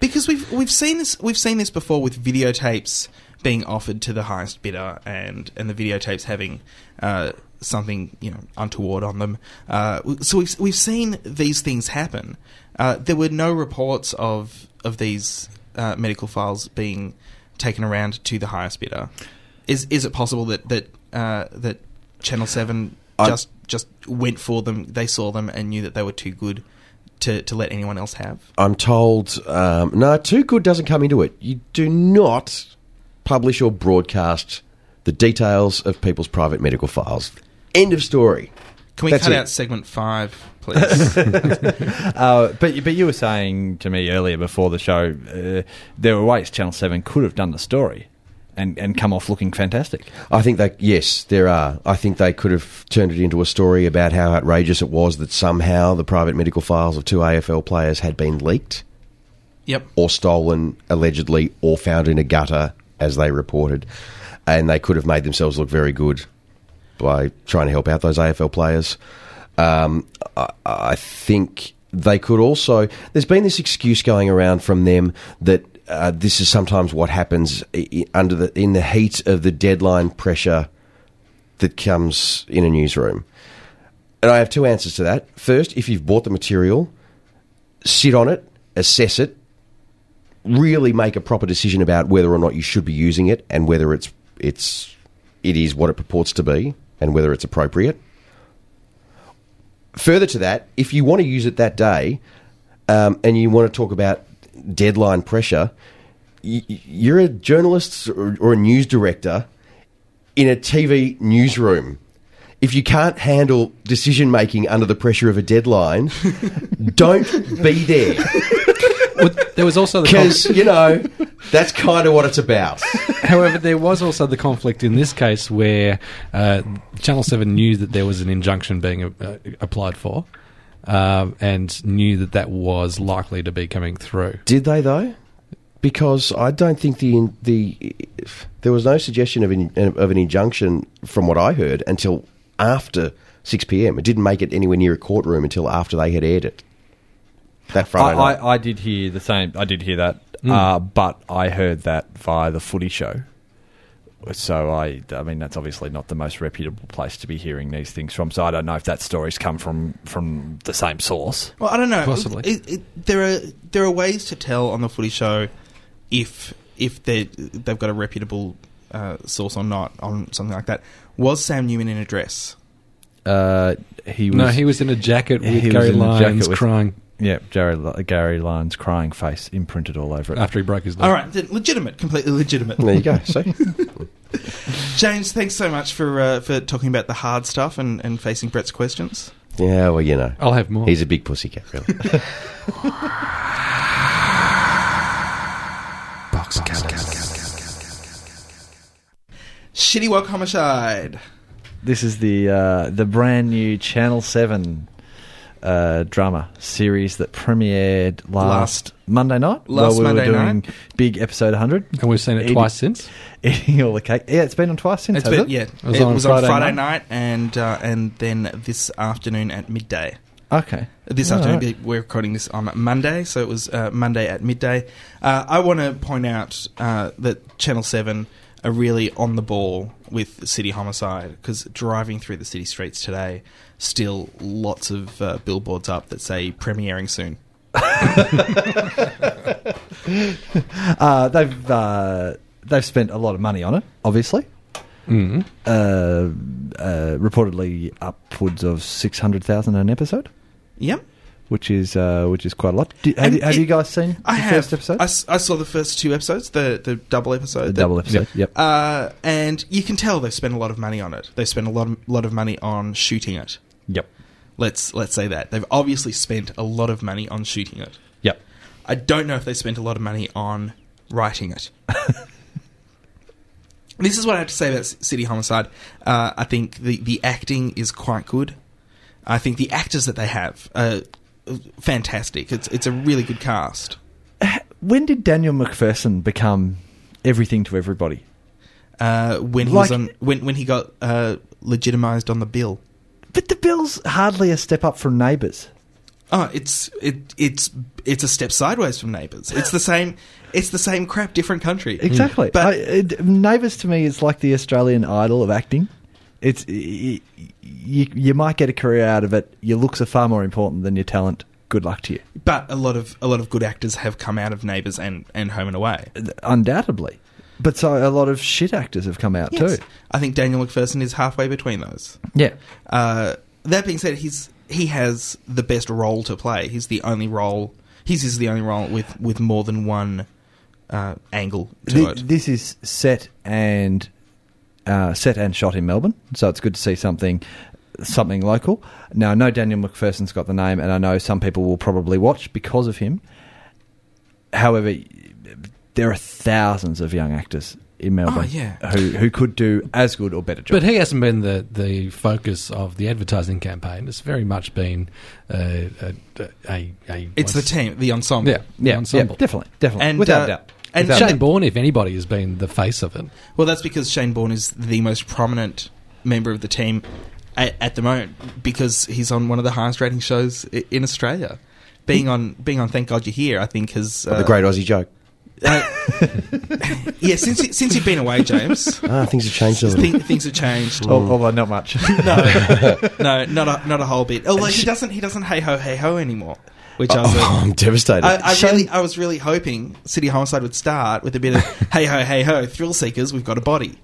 B: Because we've we've seen this we've seen this before with videotapes being offered to the highest bidder and and the videotapes having uh, something you know untoward on them. Uh, so we've we've seen these things happen. Uh, there were no reports of of these uh, medical files being taken around to the highest bidder. Is is it possible that that uh, that Channel Seven
D: I-
B: just just went for them? They saw them and knew that they were too good to to let anyone else have.
D: I'm told, um, no, too good doesn't come into it. You do not publish or broadcast the details of people's private medical files. End of story.
B: Can we
D: That's
B: cut
D: it.
B: out segment five, please?
C: Uh, but you- but you were saying to me earlier before the show, uh, there were ways Channel Seven could have done the story, and and come off looking fantastic.
D: I think that yes, there are. I think they could have turned it into a story about how outrageous it was that somehow the private medical files of two AFL players had been leaked
B: yep.
D: or stolen, allegedly, or found in a gutter, as they reported, and they could have made themselves look very good by trying to help out those AFL players. Um, I, I think they could also. There's been this excuse going around from them that uh, this is sometimes what happens i- i- under the in the heat of the deadline pressure that comes in a newsroom. And I have two answers to that. First, if you've bought the material, sit on it, assess it, really make a proper decision about whether or not you should be using it and whether it's it's it is what it purports to be and whether it's appropriate. Further to that, if you want to use it that day um, and you want to talk about deadline pressure, y- y- you're a journalist or, or a news director in a TV newsroom. If you can't handle decision making under the pressure of a deadline, don't be there.
A: Well, there was also the
D: Because, you know, that's kind of what it's about.
A: However, there was also the conflict in this case where uh, Channel 7 knew that there was an injunction being uh, applied for um, and knew that that was likely to be coming through.
D: Did they, though? Because I don't think the the if- there was no suggestion of an, of an injunction from what I heard until after 6 p.m. It didn't make it anywhere near a courtroom until after they had aired it. That
C: I,
D: Friday night.
C: I, I did hear the same. I did hear that,
D: Hmm.
C: uh, but I heard that via the Footy Show. So I, I mean, that's obviously not the most reputable place to be hearing these things from. So I don't know if that story's come from from the same source.
B: Well, I don't know.
A: Possibly.
B: It, it, there are there are ways to tell on the Footy Show if if they they've got a reputable uh, source or not on something like that. Was Sam Newman in a dress?
C: Uh, he was,
A: no, he was in a jacket
C: he
A: with
C: was
A: Gary
C: in a jacket
A: Lyons
C: with-
A: crying,
C: Yeah, Gary, Gary Lyon's crying face imprinted all over it.
A: after he broke his leg.
B: All right, then legitimate, completely legitimate.
D: There you go. See?
B: James, thanks so much for uh, for talking about the hard stuff and, and facing Brett's questions.
D: yeah, well, you know.
A: I'll have more.
D: He's a big pussycat, really.
B: Shitty Walk Homicide.
C: This is the uh, the brand new Channel Seven uh, drama series that premiered last,
B: Last-
C: Monday night.
B: Last
C: while we
B: Monday
C: were doing
B: night.
C: big episode 100,
A: and we've seen it
C: Eating-
A: twice since.
C: eating all the cake. Yeah, it's been on twice since.
B: It's
C: has
B: been,
C: it?
B: yeah, it
A: was
B: was,
A: on
B: on,
A: Friday
B: Friday
A: night.
B: night, and uh, and then this afternoon at midday.
C: Okay.
B: This
C: All
B: afternoon,
C: right.
B: be- we're recording this on Monday, so it was uh, Monday at midday. Uh, I want to point out uh, that Channel 7 are really on the ball with city homicide because driving through the city streets today, still lots of uh, billboards up that say premiering soon.
C: Uh, they've uh, they've spent a lot of money on it, obviously.
A: Mm.
C: Uh, uh, reportedly upwards of six hundred thousand an episode,
B: Yep.
C: which is uh, which is quite a lot. Do, have
B: And
C: you, have
B: it-
C: you guys seen
B: I
C: the
B: have.
C: first episode?
B: I, s- I saw the first two episodes, the, the double episode.
C: the
B: that-
C: double episode. Yep.
B: Uh, and you can tell they've spent a lot of money on it. They've spent a lot of, lot of money on shooting it.
C: Yep.
B: Let's let's say that they've obviously spent a lot of money on shooting it.
C: Yep.
B: I don't know if they spent a lot of money on writing it. this is what I have to say about C- City Homicide. Uh, I think the, the acting is quite good. I think the actors that they have are uh, fantastic. It's it's a really good cast.
C: When did Daniel McPherson become everything to everybody?
B: Uh, when he was
C: Like-
B: on when when he got uh, legitimized on the bill.
C: But the Bill's hardly a step up from Neighbours.
B: Oh, it's it it's it's a step sideways from Neighbours. It's the same. It's the same crap, different country.
C: Hmm. Exactly.
B: Hmm. But-
C: I, it, Neighbours to me is like the Australian idol of acting. It's y- y- you, you might get a career out of it. Your looks are far more important than your talent. Good luck to you.
B: But a lot of a lot of good actors have come out of Neighbours and and Home and Away.
C: Undoubtedly. But so a lot of shit actors have come out
B: Yes.
C: too.
B: I think Daniel McPherson is halfway between those.
C: Yeah.
B: Uh, that being said, he's he has the best role to play. He's the only role. His is the only role with with more than one uh, angle to
C: Thi-
B: it.
C: This is set and uh, set and shot in Melbourne, so it's good to see something something local. Now I know Daniel McPherson's got the name, and I know some people will probably watch because of him. However, there are thousands of young actors in Melbourne
B: Oh, yeah.
C: who who could do as good or better job.
A: But he hasn't been the, the focus of the advertising campaign. It's very much been uh, a, a, a.
B: it's the
A: what's-
B: team, the ensemble.
A: Yeah, yeah, ensemble.
C: definitely, definitely,
B: And,
C: without
B: uh,
C: doubt.
B: and
C: Without
A: Shane
C: doubt.
A: Bourne, if anybody, has been the face of it.
B: Well, that's because Shane Bourne is the most prominent member of the team at, at the moment because he's on one of the highest rating shows i- in Australia. Being on being on Thank God You're Here, I think has uh,
D: the great Aussie joke.
B: yeah. Since he- since you've been away, James,
D: Ah, things have changed a little.
B: thi- things have changed.
D: Oh.
C: Al- although not much.
B: No, not a, not a whole bit. Although he doesn't he doesn't hey ho hey ho anymore, which I was.
D: Oh,
B: uh,
D: I'm devastated.
B: I, I really, I was really hoping City Homicide would start with a bit of "Hey ho, hey ho, thrill seekers, we've got a body."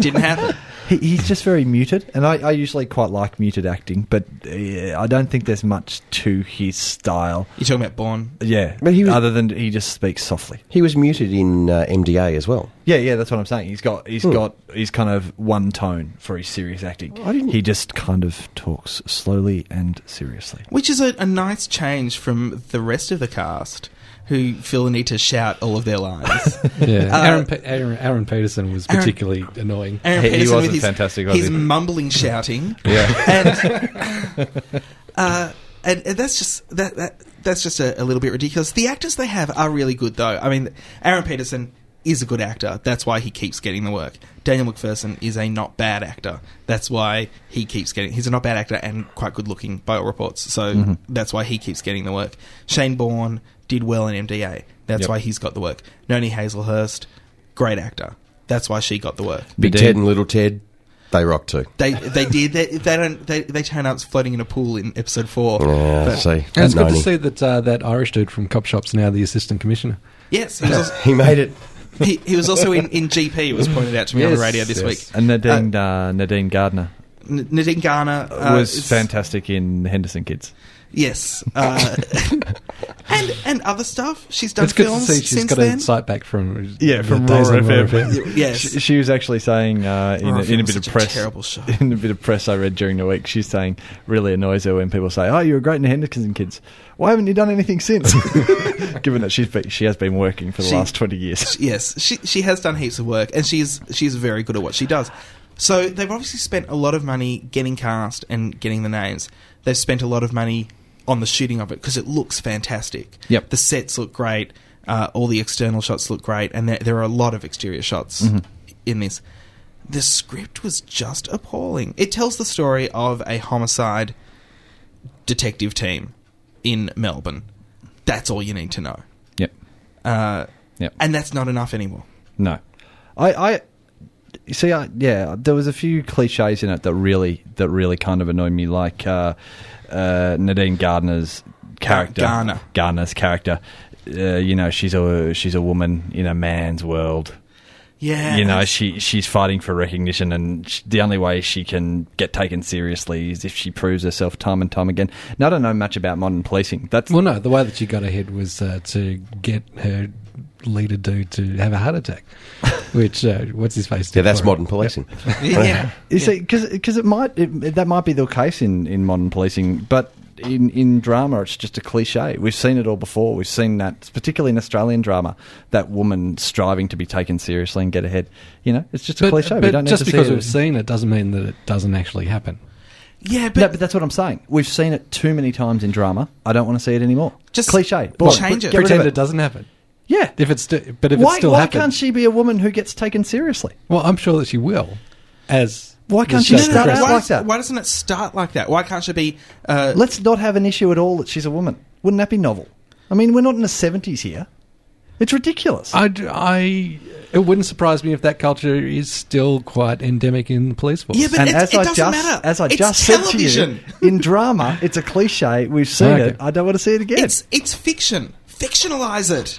B: Didn't happen.
C: He, he's just very muted, and I, I usually quite like muted acting, but uh, I don't think there's much to his style.
B: You're talking about Bourne.
C: Yeah,
D: But he was-
C: other than he just speaks softly.
D: he was muted in uh, MDA as well.
C: Yeah, yeah, that's what I'm saying. He's got he's
D: Hmm.
C: got he's kind of one tone for his serious acting.
D: I didn't-
C: He just kind of talks slowly and seriously.
B: Which is a, a nice change from the rest of the cast, who feel the need to shout all of their lines.
A: Yeah,
B: Uh,
A: Aaron, Pe- Aaron Aaron Peterson was
B: Aaron-
A: particularly annoying.
B: Aaron
C: He- he
B: Peterson
C: wasn't
B: with his,
C: fantastic, was
B: his
C: he?
B: mumbling shouting.
C: Yeah,
B: and, uh, and, and that's just that, that that's just a, a little bit ridiculous. The actors they have are really good, though. I mean, Aaron Peterson is a good actor. That's why he keeps getting the work. Daniel McPherson is a not bad actor. That's why he keeps getting. He's a not bad actor and quite good looking by all reports. So
C: Mm-hmm.
B: that's why he keeps getting the work. Shane Bourne did well in MDA. That's
C: Yep.
B: why he's got the work. Noni Hazelhurst, great actor. That's why she got the work.
D: Big
C: Indeed.
D: Ted and Little Ted, they rock too.
B: They they did. They, they don't. They, they turn up floating in a pool in episode four.
D: Yeah,
B: But-
D: see.
A: And it's
D: At
A: good to
D: 90.
A: see that uh, that Irish dude from Cop Shop's now the assistant commissioner.
B: Yes, he was, also,
D: He made it.
B: he, he was also in, in GP. It was pointed out to me on the radio this week.
C: and Nadine uh, Nadine Gardner
B: N- Nadine Garner uh,
C: was
B: is-
C: fantastic in Henderson Kids.
B: Yes, uh, and and other stuff. She's done
A: It's good to
B: films
A: see she's
B: since
A: got
B: then.
A: insight back from
C: Yeah,
A: the
C: from
A: days
C: Roar
A: on
C: FM.
B: Yes.
C: She, she was actually saying uh, in,
B: Oh,
C: a, in a
B: it was
C: bit of
B: such a
C: press,
B: terrible show.
C: in a bit of press I read during the week. She's saying really annoys her when people say, "Oh, you were great in Henderson Kids. Why haven't you done anything since?" Given that she's been, she has been working for the
B: She-
C: last twenty years.
B: yes, she she has done heaps of work, and she's she's very good at what she does. So they've obviously spent a lot of money getting cast and getting the names. They've spent a lot of money on the shooting of it because it looks fantastic.
C: Yep.
B: the sets look great. Uh, all the external shots look great, and there, there are a lot of exterior shots in this. The script was just appalling. It tells the story of a homicide detective team in Melbourne. That's all you need to know.
C: Yep.
B: Uh,
C: Yep.
B: and that's not enough anymore.
C: No, I, I you see. I, yeah, there was a few cliches in it that really, that really kind of annoyed me, like uh, uh, Nadine Gardner's character,
B: Garner.
C: Gardner's character. Uh, you know, she's a she's a woman in a man's world.
B: Yeah,
C: You know,
B: and-
C: she she's fighting for recognition, and sh the only way she can get taken seriously is if she proves herself time and time again. Now, I don't know much about modern policing. That's
A: Well, no, the way that she got ahead was uh, to get her leader dude to have a heart attack, which, uh, what's his face?
D: Yeah, that's modern policing.
B: yeah,
C: Is because because it might it, that might be the case in, in modern policing, but in in drama it's just a cliche. We've seen it all before. We've seen that, particularly in Australian drama, that woman striving to be taken seriously and get ahead. You know, it's just a
A: But,
C: cliche. we
A: but
C: don't need
A: just
C: to
A: because
C: see
A: we've seen it doesn't mean that it doesn't actually happen.
B: yeah. But,
C: no, but that's what I'm saying. We've seen it too many times in drama. I don't want to see it anymore.
B: Just
C: cliche.
B: Well,
C: boring.
B: change it.
C: Get rid
A: Pretend
C: of
A: it.
C: it.
A: doesn't happen.
C: Yeah.
A: If it's sti- but if
C: why
A: it still
C: why
A: happens,
C: can't she be a woman who gets taken seriously?
A: well, I'm sure that she will. As
C: Why
A: the
C: can't she
A: show
C: start out
A: progresses.
B: why,
C: like that.
B: why doesn't it start like that? Why can't she be? Uh,
C: Let's not have an issue at all that she's a woman. Wouldn't that be novel? I mean, we're not in the 70s here. It's ridiculous.
A: I'd- I, it wouldn't surprise me if that culture is still quite endemic in the police force.
B: yeah, but
C: and
B: it's,
C: as
B: it
C: I
B: doesn't
C: just
B: matter.
C: as I
B: it's
C: just
B: television.
C: said to you, in drama, it's a cliche. We've seen
A: Okay.
C: it. I don't want to see it again.
B: It's it's fiction. Fictionalize it.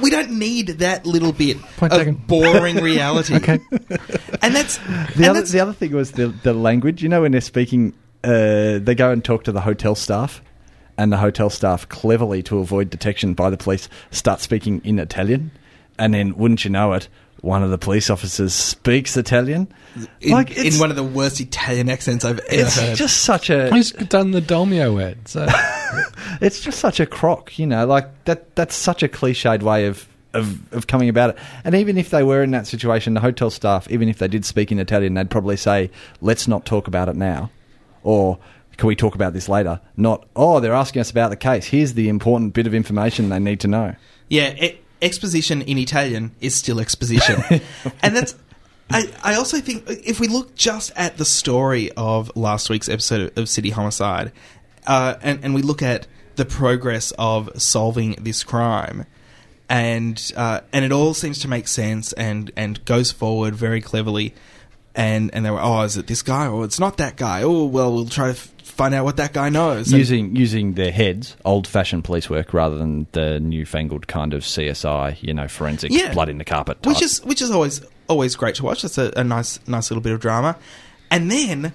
B: We don't need that little bit
A: Point
B: of
A: taken.
B: boring reality. okay, and that's
C: the
B: and
C: other
B: that's-
C: the other thing was the the language. You know, when they're speaking, uh, they go and talk to the hotel staff, and the hotel staff cleverly to avoid detection by the police start speaking in Italian, and then wouldn't you know it, one of the police officers speaks Italian,
B: in,
C: it's-
B: in one of the worst Italian accents I've ever
C: It's
B: heard.
C: just such a
A: He's done the Dolmio ad. So.
C: it's just such a crock, you know, like that that's such a cliched way of, of, of coming about it. And even if they were in that situation, the hotel staff, even if they did speak in Italian, they'd probably say, Let's not talk about it now or can we talk about this later? Not, oh, they're asking us about the case. Here's the important bit of information they need to know.
B: Yeah, e- exposition in Italian is still exposition, and that's. I, I also think if we look just at the story of last week's episode of City Homicide, uh, and, and we look at the progress of solving this crime, and uh, and it all seems to make sense and and goes forward very cleverly, and and they were oh is it this guy or it's not that guy oh well we'll try to f- find out what that guy knows And-
C: using using their heads, old fashioned police work rather than the newfangled kind of CSI, you know, forensic
B: Yeah.
C: blood in the carpet.
B: which
C: type.
B: is which is always always great to watch. That's a, a nice nice little bit of drama, and then.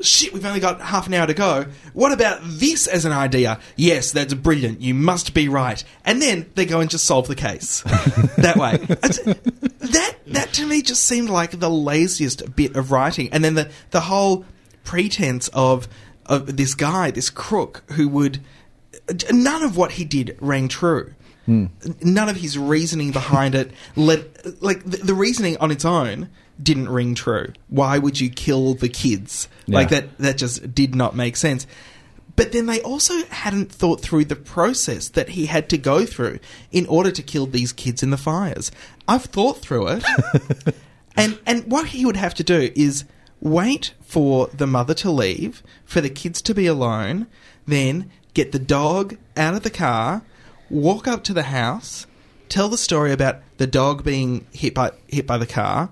B: Shit, we've only got half an hour to go. What about this as an idea? Yes, that's brilliant. You must be right. And then they go and just solve the case that way. It's- that that to me just seemed like the laziest bit of writing. And then the the whole pretense of of this guy, this crook, who would none of what he did rang true none of his reasoning behind it let like the, the reasoning on its own didn't ring true why would you kill the kids like
C: Yeah.
B: that that just did not make sense but then they also hadn't thought through the process that he had to go through in order to kill these kids in the fires i've thought through it and and what he would have to do is wait for the mother to leave, for the kids to be alone, then get the dog out of the car, walk up to the house, tell the story about the dog being hit by hit by the car.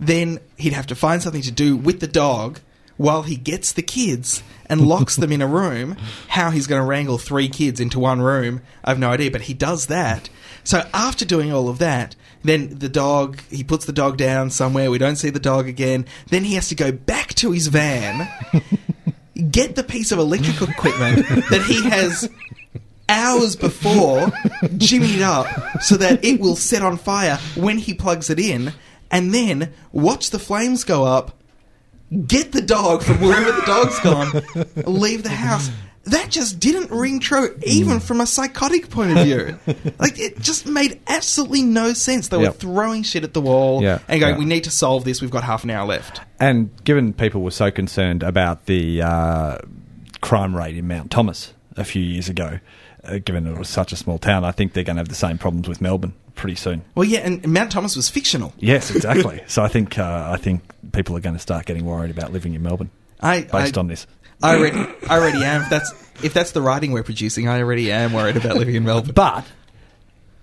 B: Then he'd have to find something to do with the dog, while he gets the kids and locks them in a room. How he's going to wrangle three kids into one room, I've no idea, but he does that. So after doing all of that, then the dog, he puts the dog down somewhere, we don't see the dog again. Then he has to go back to his van, get the piece of electrical equipment that he has hours before jimmied up so that it will set on fire when he plugs it in, and then watch the flames go up, get the dog from wherever the dog's gone, leave the house. That just didn't ring true, even from a psychotic point of view. Like, it just made absolutely no sense. They were
C: Yep.
B: throwing shit at the wall
C: Yeah,
B: and going,
C: yeah.
B: We need to solve this. We've got half an hour left.
C: And given people were so concerned about the uh, crime rate in Mount Thomas a few years ago, uh, given it was such a small town, I think they're going to have the same problems with Melbourne pretty soon.
B: Well, yeah, and Mount Thomas was fictional.
C: Yes, exactly. so I think uh, I think people are going to start getting worried about living in Melbourne
B: I,
C: based
B: I,
C: on this.
B: I already, I already am. If that's if that's the writing we're producing, I already am worried about living in Melbourne.
C: But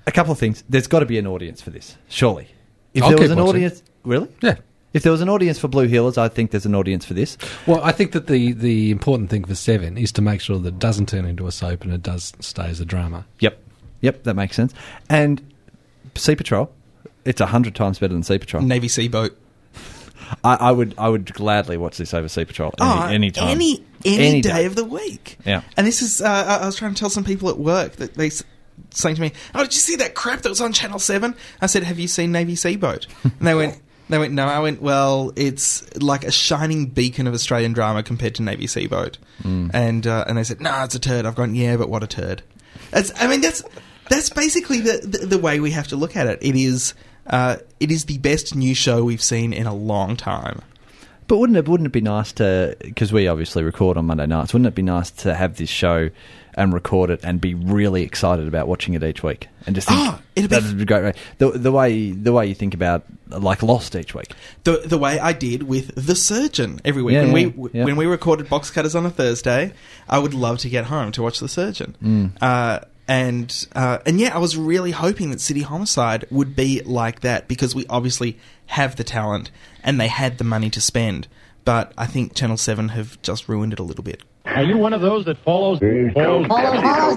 C: a couple of things. There's got to be an audience for this, surely. If
A: I'll
C: there was
A: keep
C: an
A: watching.
C: audience, really?
A: Yeah.
C: If there was an audience for Blue Heelers, I think there's an audience for this.
A: Well, I think that the, the important thing for Seven is to make sure that it doesn't turn into a soap and it does stay as a drama.
C: Yep. Yep, that makes sense. And Sea Patrol, it's a hundred times better than Sea Patrol.
B: Navy Sea boat.
C: I, I would I would gladly watch this over Sea Patrol any,
B: Oh,
C: any time.
B: any any,
C: Any
B: day,
C: day.
B: of the week.
C: Yeah.
B: And this is, uh, I I was trying to tell some people at work that they s- saying to me, "Oh, did you see that crap that was on Channel 7? I said, "Have you seen Navy Sea boat?" And they went. They went, no. I went, well, it's like a shining beacon of Australian drama compared to Navy Sea Boat.
C: Mm.
B: And, uh, and they said, no, it's a turd. I've gone, yeah, but what a turd. That's, I mean, that's, that's basically the, the, the way we have to look at it. It is, uh, it is the best new show we've seen in a long time.
C: But wouldn't it wouldn't it be nice to because we obviously record on Monday nights? Wouldn't it be nice to have this show and record it and be really excited about watching it each week and just think
B: Ah, it'd be-
C: that'd be great. right? The, the way the way you think about like Lost each week.
B: the the way I did with the surgeon every week.
C: Yeah,
B: when
C: yeah,
B: we
C: yeah.
B: when we recorded box cutters on a Thursday, I would love to get home to watch the surgeon.
C: Mm.
B: Uh, and uh, and yeah, I was really hoping that City Homicide would be like that because we obviously have the talent and they had the money to spend. But I think Channel Seven have just ruined it a little bit.
G: Are you one of those that follows follows,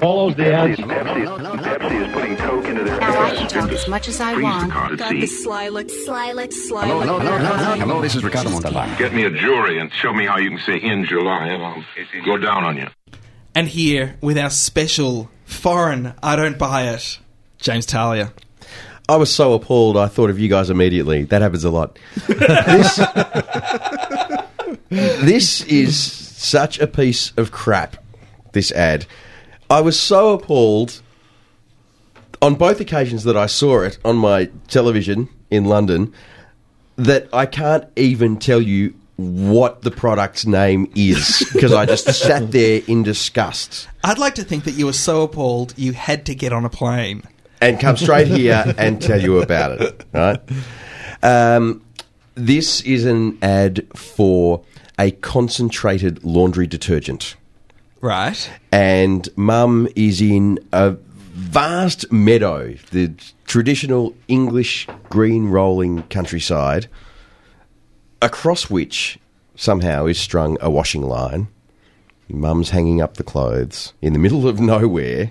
G: follows, the ads?
E: Pepsi is, Pepsi is putting Coke into their
H: Now I can talk as much as I want.
I: Got the sly look, sly look, sly
J: Hello,
I: look.
J: hello, hello, hello, hello, this is Ricardo Montalban.
E: Get me a jury and show me how you can say in July and I'll go down on you.
B: And here with our special foreign, I don't buy it, James Talia.
D: I was so appalled. I thought of you guys immediately. That happens a lot. this, this is such a piece of crap. This ad. I was so appalled on both occasions that I saw it on my television in London that I can't even tell you what the product's name is because I just sat there in disgust.
B: I'd like to think that you were so appalled you had to get on a plane.
D: and come straight here and tell you about it. Right? Um, this is an ad for a concentrated laundry detergent,
B: Right.
D: and Mum is in a vast meadow, the traditional English green rolling countryside, across which somehow is strung a washing line. Mum's hanging up the clothes in the middle of nowhere.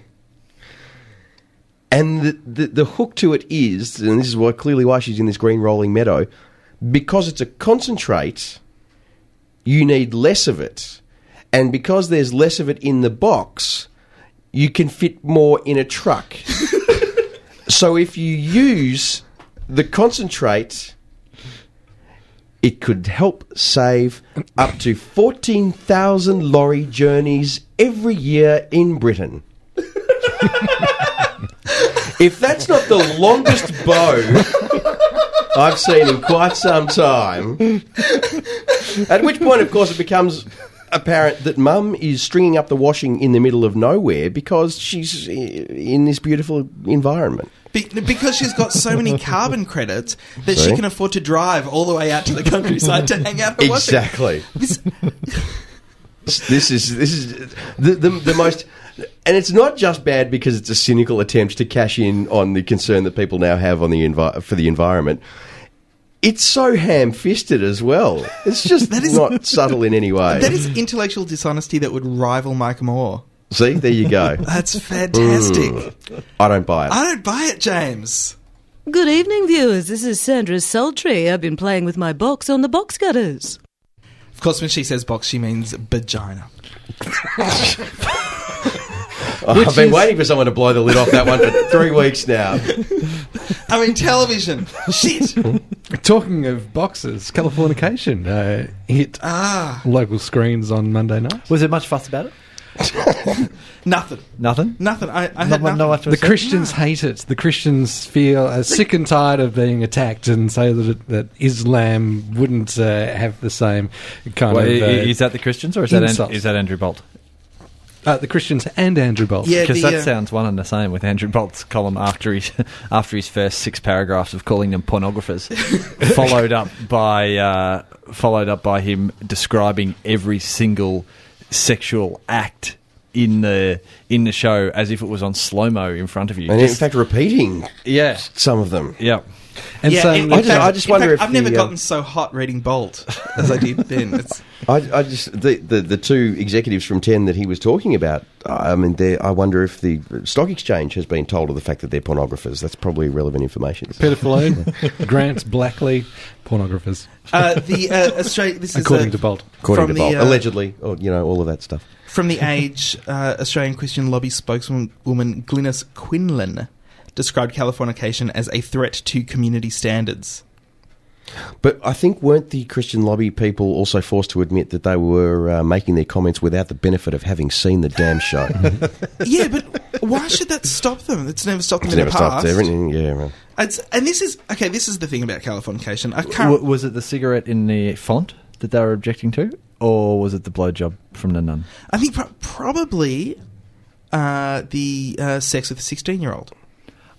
D: And the, the, the hook to it is, and this is why, clearly why she's in this green rolling meadow, because it's a concentrate, you need less of it. And because there's less of it in the box, you can fit more in a truck. so if you use the concentrate, it could help save up to 14,000 lorry journeys every year in Britain. If that's not the longest bow I've seen in quite some time, at which point, of course, it becomes apparent that Mum is stringing up the washing in the middle of nowhere because she's i- in this beautiful environment.
B: Be- because she's got so many carbon credits that she
D: Sorry?
B: can afford to drive all the way out to the countryside to hang out and watch it.
D: this is this is the, the the most, and it's not just bad because it's a cynical attempt to cash in on the concern that people now have on the envi- for the environment. It's so ham fisted as well. It's just
B: That is-
D: not subtle in any way.
B: That is intellectual dishonesty that would rival Mike Moore.
D: See, there you go.
B: That's fantastic.
D: I don't buy it.
B: I don't buy it, James.
K: Good evening, viewers. This is Sandra Sultry. I've been playing with my box on the box cutters.
B: Of course, when she says box, she means vagina.
D: I've been waiting for someone to blow the lid off that one for three weeks now.
B: I mean, television. Shit.
A: Talking of boxes, Californication uh, hit
B: Ah,
A: local screens on Monday night.
C: Was there much fuss about it?
B: nothing.
C: Nothing.
B: Nothing. I, I
C: No
B: had
C: one-
B: nothing.
C: no one to
A: The
C: say?
B: Ah.
A: Christians hate it. The Christians feel uh, sick and tired of being attacked and say that, it, that Islam wouldn't uh, have the same kind
C: Well, i-
A: of. Uh,
C: is that the Christians or is that,
A: Insult.
C: An- is that Andrew Bolt?
A: uh, the Christians and Andrew Bolt.
B: Yeah,
C: Because
B: the,
C: that
B: uh,
C: sounds one and the same with Andrew Bolt's column after his after his first six paragraphs of calling them pornographers, followed up by uh, followed up by him describing every single sexual act in the in the show as if it was on slow mo in front of you.
D: And in
C: Just-
D: fact, repeating
C: yeah,
D: some of them.
C: yeah.
A: And
B: yeah,
A: so
B: in- in
D: I just-
B: fact-
D: I just
B: in
D: wonder
B: fact,
D: if
B: I've never
D: the, uh,
B: gotten so hot reading Bolt as I did then. It's,
D: I, I just the, the the two executives from Ten that he was talking about. I mean, they're- I wonder if the stock exchange has been told of the fact that they're pornographers. That's probably relevant information.
A: Pedophilone, Grant Blackley, pornographers,
B: uh, the uh, Australia. This is
A: according
B: uh,
A: to Bolt.
D: According
B: From
D: to
B: the,
D: Bolt,
B: uh,
D: allegedly, or you know, all of that stuff.
B: From the Age, uh, Australian Christian lobby spokeswoman Glynis Quinlan described Californication as a threat to community standards.
D: But I think weren't the Christian lobby people also forced to admit that they were uh, making their comments without the benefit of having seen the damn show?
B: Yeah, but why should that stop them? It's never stopped them
D: It's
B: in the
D: never stopped
B: past.
D: everything. Yeah, man.
B: It's, and this is okay. This is the thing about Californication. I can't.
C: W- was it the cigarette in the font that they were objecting to, or was it the blowjob from the nun?
B: I think pro- probably uh, the uh, sex with a sixteen-year-old.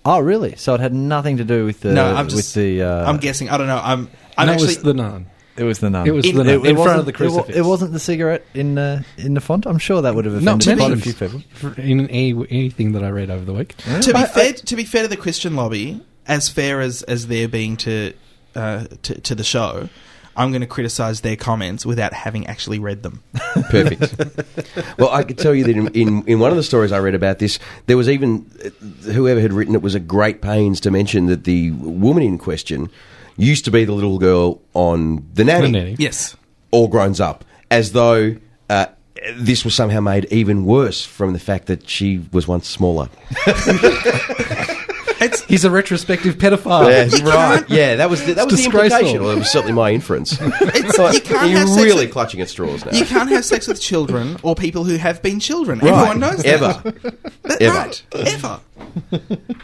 C: Oh, really? So it had nothing to do with the
B: no, I'm just.
C: with the. Uh,
B: I'm guessing. I don't know. I'm. I'm
A: no,
B: actually.
A: it's the nun.
C: It was the nun.
A: It was
B: In-
A: the nun.
B: it-
A: In, front of
C: wasn't-
A: the
C: it wa-
A: crucifix.
C: It, wasn't the cigarette in the in the font. I'm sure that would have
A: Not
C: offended
A: many.
C: quite a few people.
A: In any, anything that I read over the week.
B: to be fair, to be fair to the Christian lobby, as fair as as they're being to uh, to, to the show, I'm going to criticise their comments without having actually read them.
D: Perfect. well, I could tell you that in, in, in one of the stories I read about this, there was even uh, whoever had written it was at great pains to mention that the woman in question used to be the little girl on the nanny,
A: The Nanny.
B: yes,
D: all grown up, as though uh, this was somehow made even worse from the fact that she was once smaller.
B: it's
A: He's a retrospective
B: Oh,
A: pedophile.
D: right. Yeah, that was the, that was the
A: disgraceful.
D: implication. Well, it was certainly my inference.
B: it's you can't
D: You're
B: have sex
D: really
B: with-
D: clutching at straws now.
B: you can't have sex with children or people who have been children.
D: Right.
B: Everyone knows that.
D: Ever.
B: That-
D: Ever.
B: Right. Ever.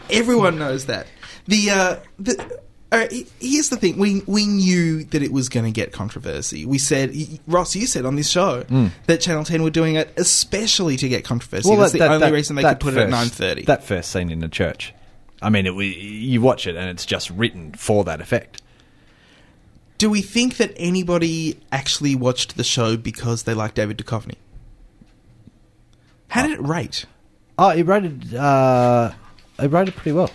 B: Everyone knows that. The uh, the. all right, he- here's the thing: we we knew that it was going to get controversy. We said, y- y- Ross, you said on this show
C: Mm.
B: that Channel Ten were doing it especially to get controversy. That's the only reason they could put it at
C: first-
B: nine thirty.
C: That first scene in the church. I mean, it, we, you watch it and it's just written for that effect.
B: Do we think that anybody actually watched the show because they like David Duchovny? How did it rate?
C: Oh, it rated. Uh, it rated pretty well.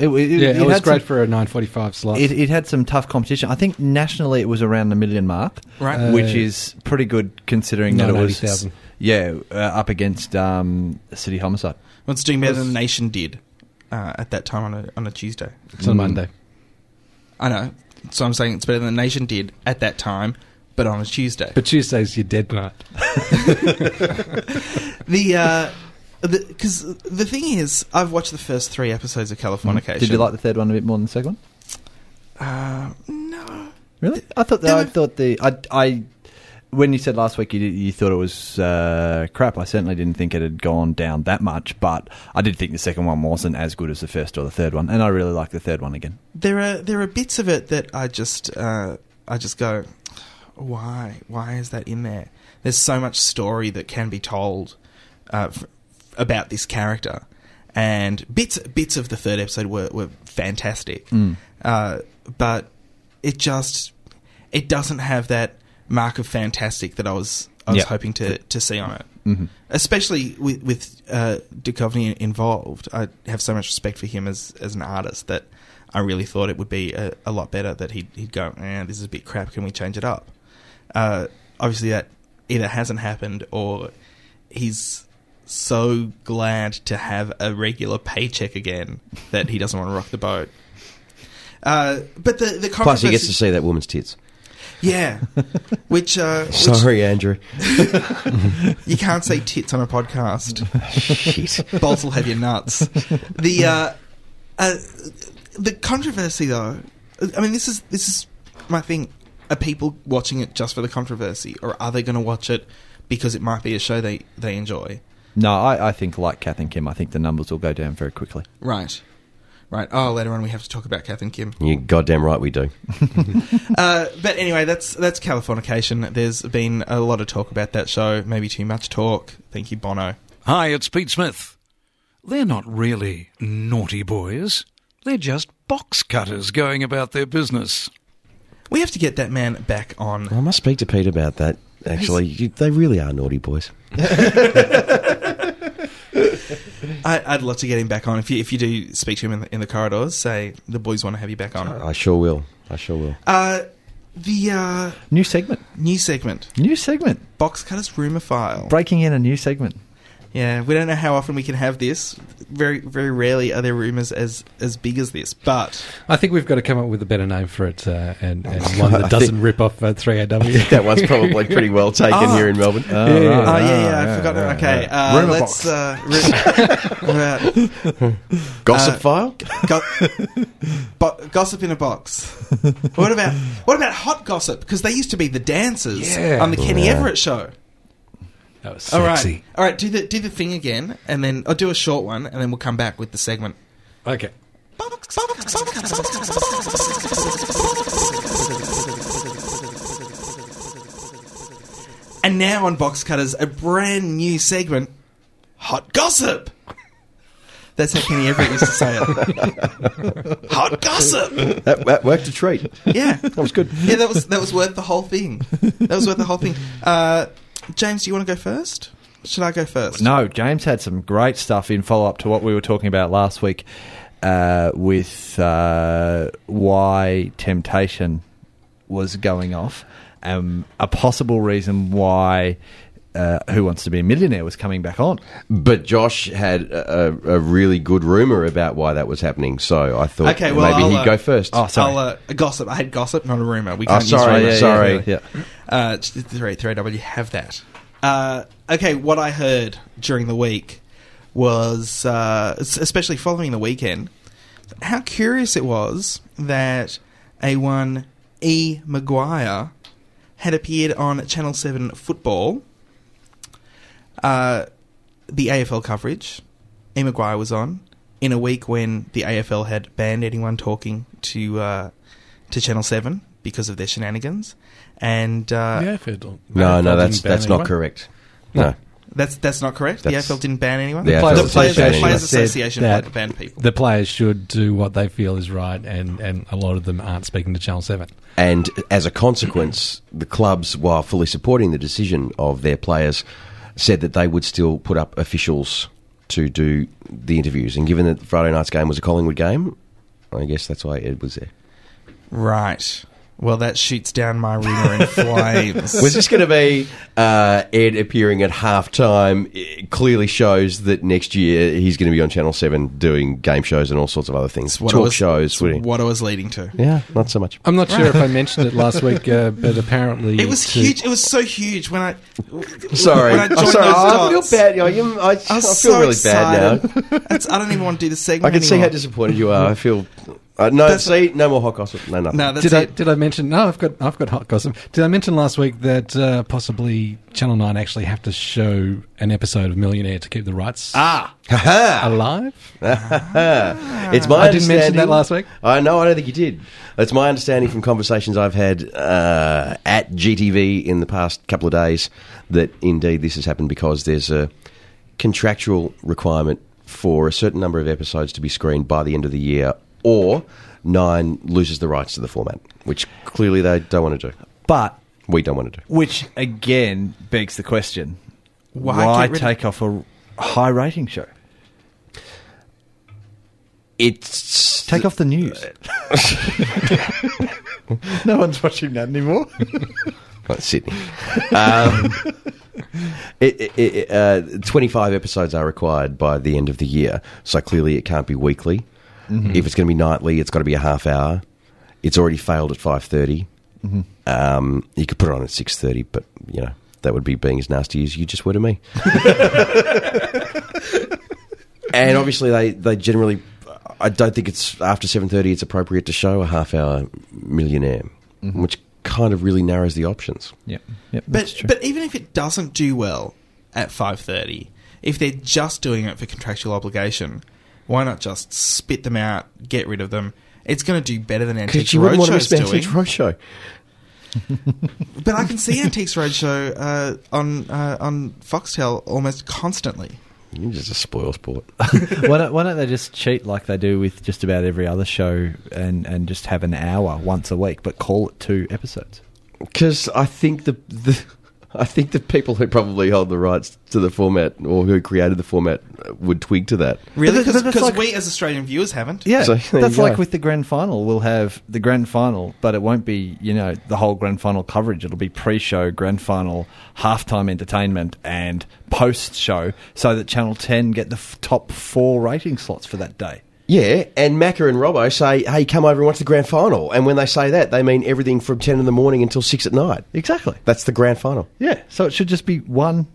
C: It, it,
A: Yeah, it, was
C: had
A: great
C: some-
A: for a 9.45 slot.
C: It, it had some tough competition. I think nationally it was around the million mark,
B: Right.
A: Uh,
C: which is pretty good considering that it was
A: 980,000.
C: yeah uh, up against um, City Homicide.
B: Well, it's doing better than the nation did uh, at that time on a on a Tuesday.
A: it's on Monday.
B: I know. So I'm saying it's better than the nation did at that time, but on a Tuesday.
A: But Tuesday's your dead night.
B: the uh, because the, thing is, I've watched the first three episodes of Californication.
C: Did you like the third one a bit more than the second one?
B: Uh, no.
C: Really? I thought
B: There
C: that, I
B: were-
C: thought the I, I when you said last week you did- you thought it was uh, crap. I certainly didn't think it had gone down that much, but I did think the second one wasn't as good as the first or the third one, and I really like the third one again.
B: There are there are bits of it that I just uh, I just go, why why is that in there? There's so much story that can be told uh, f- about this character, and bits bits of the third episode were were fantastic, uh, but it just it doesn't have that mark of fantastic that I was I was
C: Yeah.
B: hoping to to see on it.
D: Mm-hmm.
B: Especially with, with uh, Duchovny involved, I have so much respect for him as, as an artist that I really thought it would be a, a lot better that he'd, he'd go, eh, this is a bit crap, can we change it up? Uh, obviously, that either hasn't happened or he's so glad to have a regular paycheck again that he doesn't want to rock the boat. Uh, but the, the
D: Plus, he gets
B: controversy-
D: to see that woman's tits.
B: yeah, which uh, which-
D: Sorry, Andrew.
B: you can't say tits on a podcast.
D: Shit.
B: Bolts will have your nuts. The uh, uh, the controversy, though. I mean, this is this is my thing. Are people watching it just for the controversy, or are they going to watch it because it might be a show they they enjoy?
C: No, I, I think like Kath and Kim, I think the numbers will go down very quickly.
B: Right, right. Oh, later on we have to talk about Kath and Kim.
D: You're goddamn right we do.
B: Uh, but anyway, that's that's Californication. There's been a lot of talk about that show. Maybe too much talk. Thank you, Bono.
L: Hi, it's Pete Smith. They're not really naughty boys. They're just box cutters going about their business.
B: We have to get that man back on.
D: I must speak to Pete about that, actually. You, they really are naughty boys.
B: I, I'd love to get him back on. If you if you do speak to him in the, in the corridors, say the boys want to have you back on.
D: I sure will. I sure will.
B: Uh, the uh,
C: New segment.
B: new segment,
C: New segment.
B: box cutters rumor file.
C: Breaking in a new segment.
B: Yeah, we don't know how often we can have this. Very very rarely are there rumors as as big as this. But
A: I think we've got to come up with a better name for it uh, and, and one that doesn't rip off uh, 3AW.
D: That one's probably pretty well taken
B: Ah.
D: here in Melbourne. Uh,
A: Yeah, yeah.
B: oh yeah yeah, I forgot. okay, uh,
C: Rumor
B: let's uh, ru-
D: Gossip
B: Uh,
D: file?
B: go- bo- gossip in a box. What about what about hot gossip? Because they used to be the dancers
A: Yeah.
B: on the Kenny
D: Yeah.
B: Everett show.
A: That was
B: All
A: sexy.
B: right, all right. Do the do the thing again, and then I'll do a short one, and then we'll come back with the segment.
A: Okay.
B: And now on Box Cutters, a brand new segment: hot gossip. That's how Kenny Everett used to say it. hot gossip.
D: That, that worked a treat.
B: Yeah, that
D: was good.
B: Yeah, that was that was worth the whole thing. That was worth the whole thing. Uh, James, do you want to go first? Should I go first?
C: No, James had some great stuff in follow up to what we were talking about last week uh, with uh, why temptation was going off, um, a possible reason why uh, Who Wants to Be a Millionaire was coming back on.
D: But Josh had a, a a really good rumour about why that was happening, so I thought
B: Okay, well,
D: maybe
B: I'll,
D: he'd
B: uh,
D: go first.
C: Oh, sorry.
B: I'll, uh, gossip. I had gossip, not a rumor. We
D: Oh,
B: can't use
D: sorry,
B: rumors.
D: sorry.
C: Yeah.
B: Uh, three three W have that. Uh, okay, what I heard during the week was, uh, s- especially following the weekend, how curious it was that a one E Maguire had appeared on Channel Seven Football. Uh, the AFL coverage, E Maguire was on in a week when the AFL had banned anyone talking to uh, to Channel Seven because of their shenanigans, and uh,
A: yeah, if it-
D: no,
A: if
D: no,
A: it
D: that's
A: didn't ban
D: that's not
A: anyone.
D: correct. No.
B: That's that's not correct.
D: That's-
B: the AFL didn't ban anyone.
D: The
A: Players
D: AFL
B: the Players,
A: Association
B: Players
A: said
B: Association
A: that
B: had banned people.
A: The players should do what they feel is right, and, and a lot of them aren't speaking to Channel 7.
D: And as a consequence, the clubs, while fully supporting the decision of their players, said that they would still put up officials to do the interviews. And given that Friday night's game was a Collingwood game, I guess that's why Ed was there.
B: right. Well, that shoots down my rumor in flames.
D: Was this going to be uh, Ed appearing at halftime? It clearly shows that next year he's going to be on Channel Seven doing game shows and all sorts of other things,
B: It's what I
D: talk
B: was-
D: shows.
B: it's
D: wouldn't he?
B: What I was leading to.
D: Yeah, not so much.
A: I'm not sure if I mentioned it last week, uh, but apparently.
B: It was
A: to-
B: huge. It was so huge when I.
D: Sorry,
B: when I
D: I'm
B: joined those
D: sorry. I feel
B: dots.
D: bad. You know, you- I, I
B: I
D: feel
B: was so
D: really bad now.
B: excited. That's- I don't even want to do the segment.
D: I can see how
B: anymore.
D: disappointed you are. I feel. Uh, no,
B: That's-
D: see, no more hot gossip. No, nothing.
B: No, that's
A: Did I,
B: it.
A: did I mention? No, I've got I've got hot gossip. Did I mention last week that uh, possibly Channel Nine actually have to show an episode of Millionaire to keep the rights
D: ah, Ha-ha.
A: alive?
D: it's my.
A: I didn't mention
D: understanding-
A: that last week.
D: I know. I don't think you did. It's my understanding from conversations I've had uh, at GTV in the past couple of days that indeed this has happened because there's a contractual requirement for a certain number of episodes to be screened by the end of the year, or Nine loses the rights to the format, which clearly they don't want to do.
C: But,
D: We don't want to do.
C: which again begs the question
B: Why
C: why,
B: get rid of-
C: take off a high rating show?
D: It's
C: Take off the news. no one's watching that anymore.
D: Not Sydney. Um, it, it- it- uh, 25 episodes are required by the end of the year, so clearly it can't be weekly.
C: Mhm.
D: If it's going to be nightly, it's got to be a half hour. It's already failed at 5.30.
C: Mhm.
D: Um, you could put it on at 6.30, but, you know, that would be being as nasty as you just were to me. and obviously they, they generally... I don't think it's after 7.30 it's appropriate to show a half-hour millionaire, which kind of really narrows the options.
C: Yep. Yep.
B: But but even if it doesn't do well at five thirty, if they're just doing it for contractual obligation, why not just spit them out, get rid of them? It's going to do better than Antiques
D: you wouldn't want to
B: Roadshow's
D: miss Antiques
B: doing.
D: Roadshow.
B: but I can see Antiques Roadshow uh, on uh, on Foxtel almost constantly.
D: You're just a spoil sport.
C: why, don't, why don't they just cheat like they do with just about every other show and, and just have an hour once a week, but call it two episodes?
D: Because I think the, the I think the people who probably hold the rights to the format or who created the format uh, would twig to that.
B: Really?
C: But
B: Because
C: that- that's like-
B: we as Australian viewers haven't.
C: Yeah,
D: So, there
C: that's
D: you
C: like
D: go.
C: with the grand final. We'll have the grand final, but it won't be you know the whole grand final coverage. It'll be pre-show, grand final, halftime entertainment, and post-show, so that Channel Ten get the f- top four rating slots for that day.
D: Yeah, and Macca and Robbo say, "Hey, come over and watch the grand final." And when they say that, they mean everything from ten in the morning until six at night.
C: Exactly.
D: That's the grand final.
C: Yeah, so it should just be one.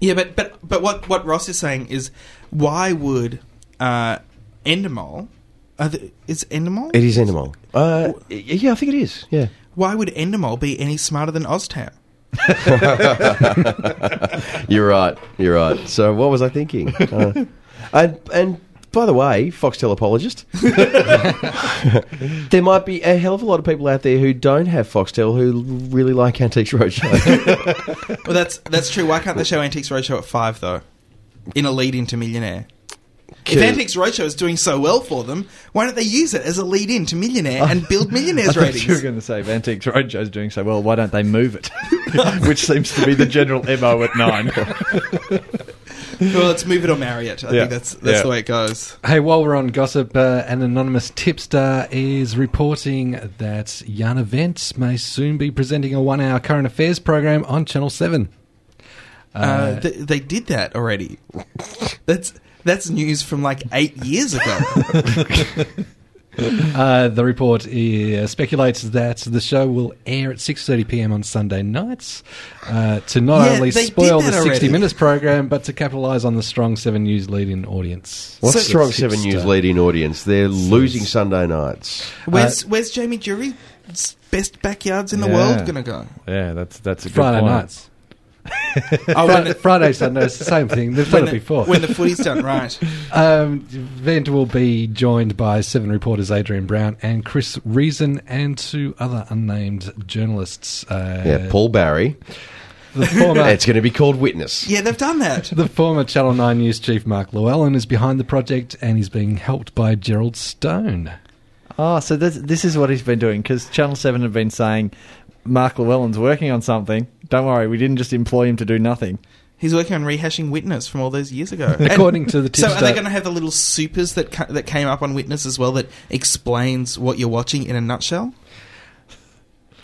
B: Yeah, but but but what what Ross is saying is, why would uh, Endemol? Are the, is Endemol?
D: It is Endemol. Uh, y- yeah, I think it is. Yeah.
B: Why would Endemol be any smarter than Oztam?
D: you're right. You're right. So what was I thinking? Uh, and and by the way, Foxtel apologist, there might be a hell of a lot of people out there who don't have Foxtel who really like Antiques Roadshow.
B: Well, that's that's true. Why can't they show Antiques Roadshow at five though? In a lead into Millionaire. If
D: Cool.
B: Antiques Roadshow is doing so well for them, why don't they use it as a lead in to Millionaire and build Millionaire's
C: I thought You were
B: ratings?
C: going to say if Antiques Roadshow's doing so well, why don't they move it? Which seems to be the general mo at nine.
B: well, let's move it or marry it. I
C: Yeah.
B: think that's that's
C: Yeah.
B: the way it goes.
A: Hey, while we're on gossip, uh, an anonymous tipster is reporting that Yana Vents may soon be presenting a one-hour current affairs program on Channel Seven.
B: Uh, th- they did that already. That's that's news from like eight years ago.
A: Uh, the report uh, speculates that the show will air at 6:30 p.m. on Sunday nights uh, to not
B: Yeah,
A: only
B: they did
A: spoil the
B: that
A: 60
B: already.
A: Minutes program, but to capitalise on the strong Seven News lead-in audience.
D: What's
B: So-
D: Strong
A: Tipster.
D: Seven News leading audience? They're losing Sunday nights.
A: Uh,
B: Where's where's Jamie Jury's best backyards in the
M: Yeah.
B: world gonna go?
M: Yeah, that's that's a good
A: Friday
M: point.
A: nights. Fri-
B: Oh, when the-
A: Friday, Sunday, it's the same thing. They've done
B: when
A: it
B: the-
A: before.
B: When the footy's done right.
A: Um, Vent will be joined by seven reporters Adrian Brown and Chris Reason and two other unnamed journalists. Uh,
D: yeah, Paul Barry.
A: The former,
D: It's going to be called Witness.
B: Yeah, they've done that.
A: the former Channel 9 News chief Mark Llewellyn is behind the project and he's being helped by Gerald Stone.
C: Ah, so this, this is what he's been doing because Channel 7 have been saying Mark Llewellyn's working on something. Don't worry, we didn't just employ him to do nothing.
B: He's working on rehashing Witness from all those years ago. And
A: According to the
B: so, are they
A: tipster-
B: going to have the little supers that ca- that came up on Witness as well that explains what you're watching in a nutshell?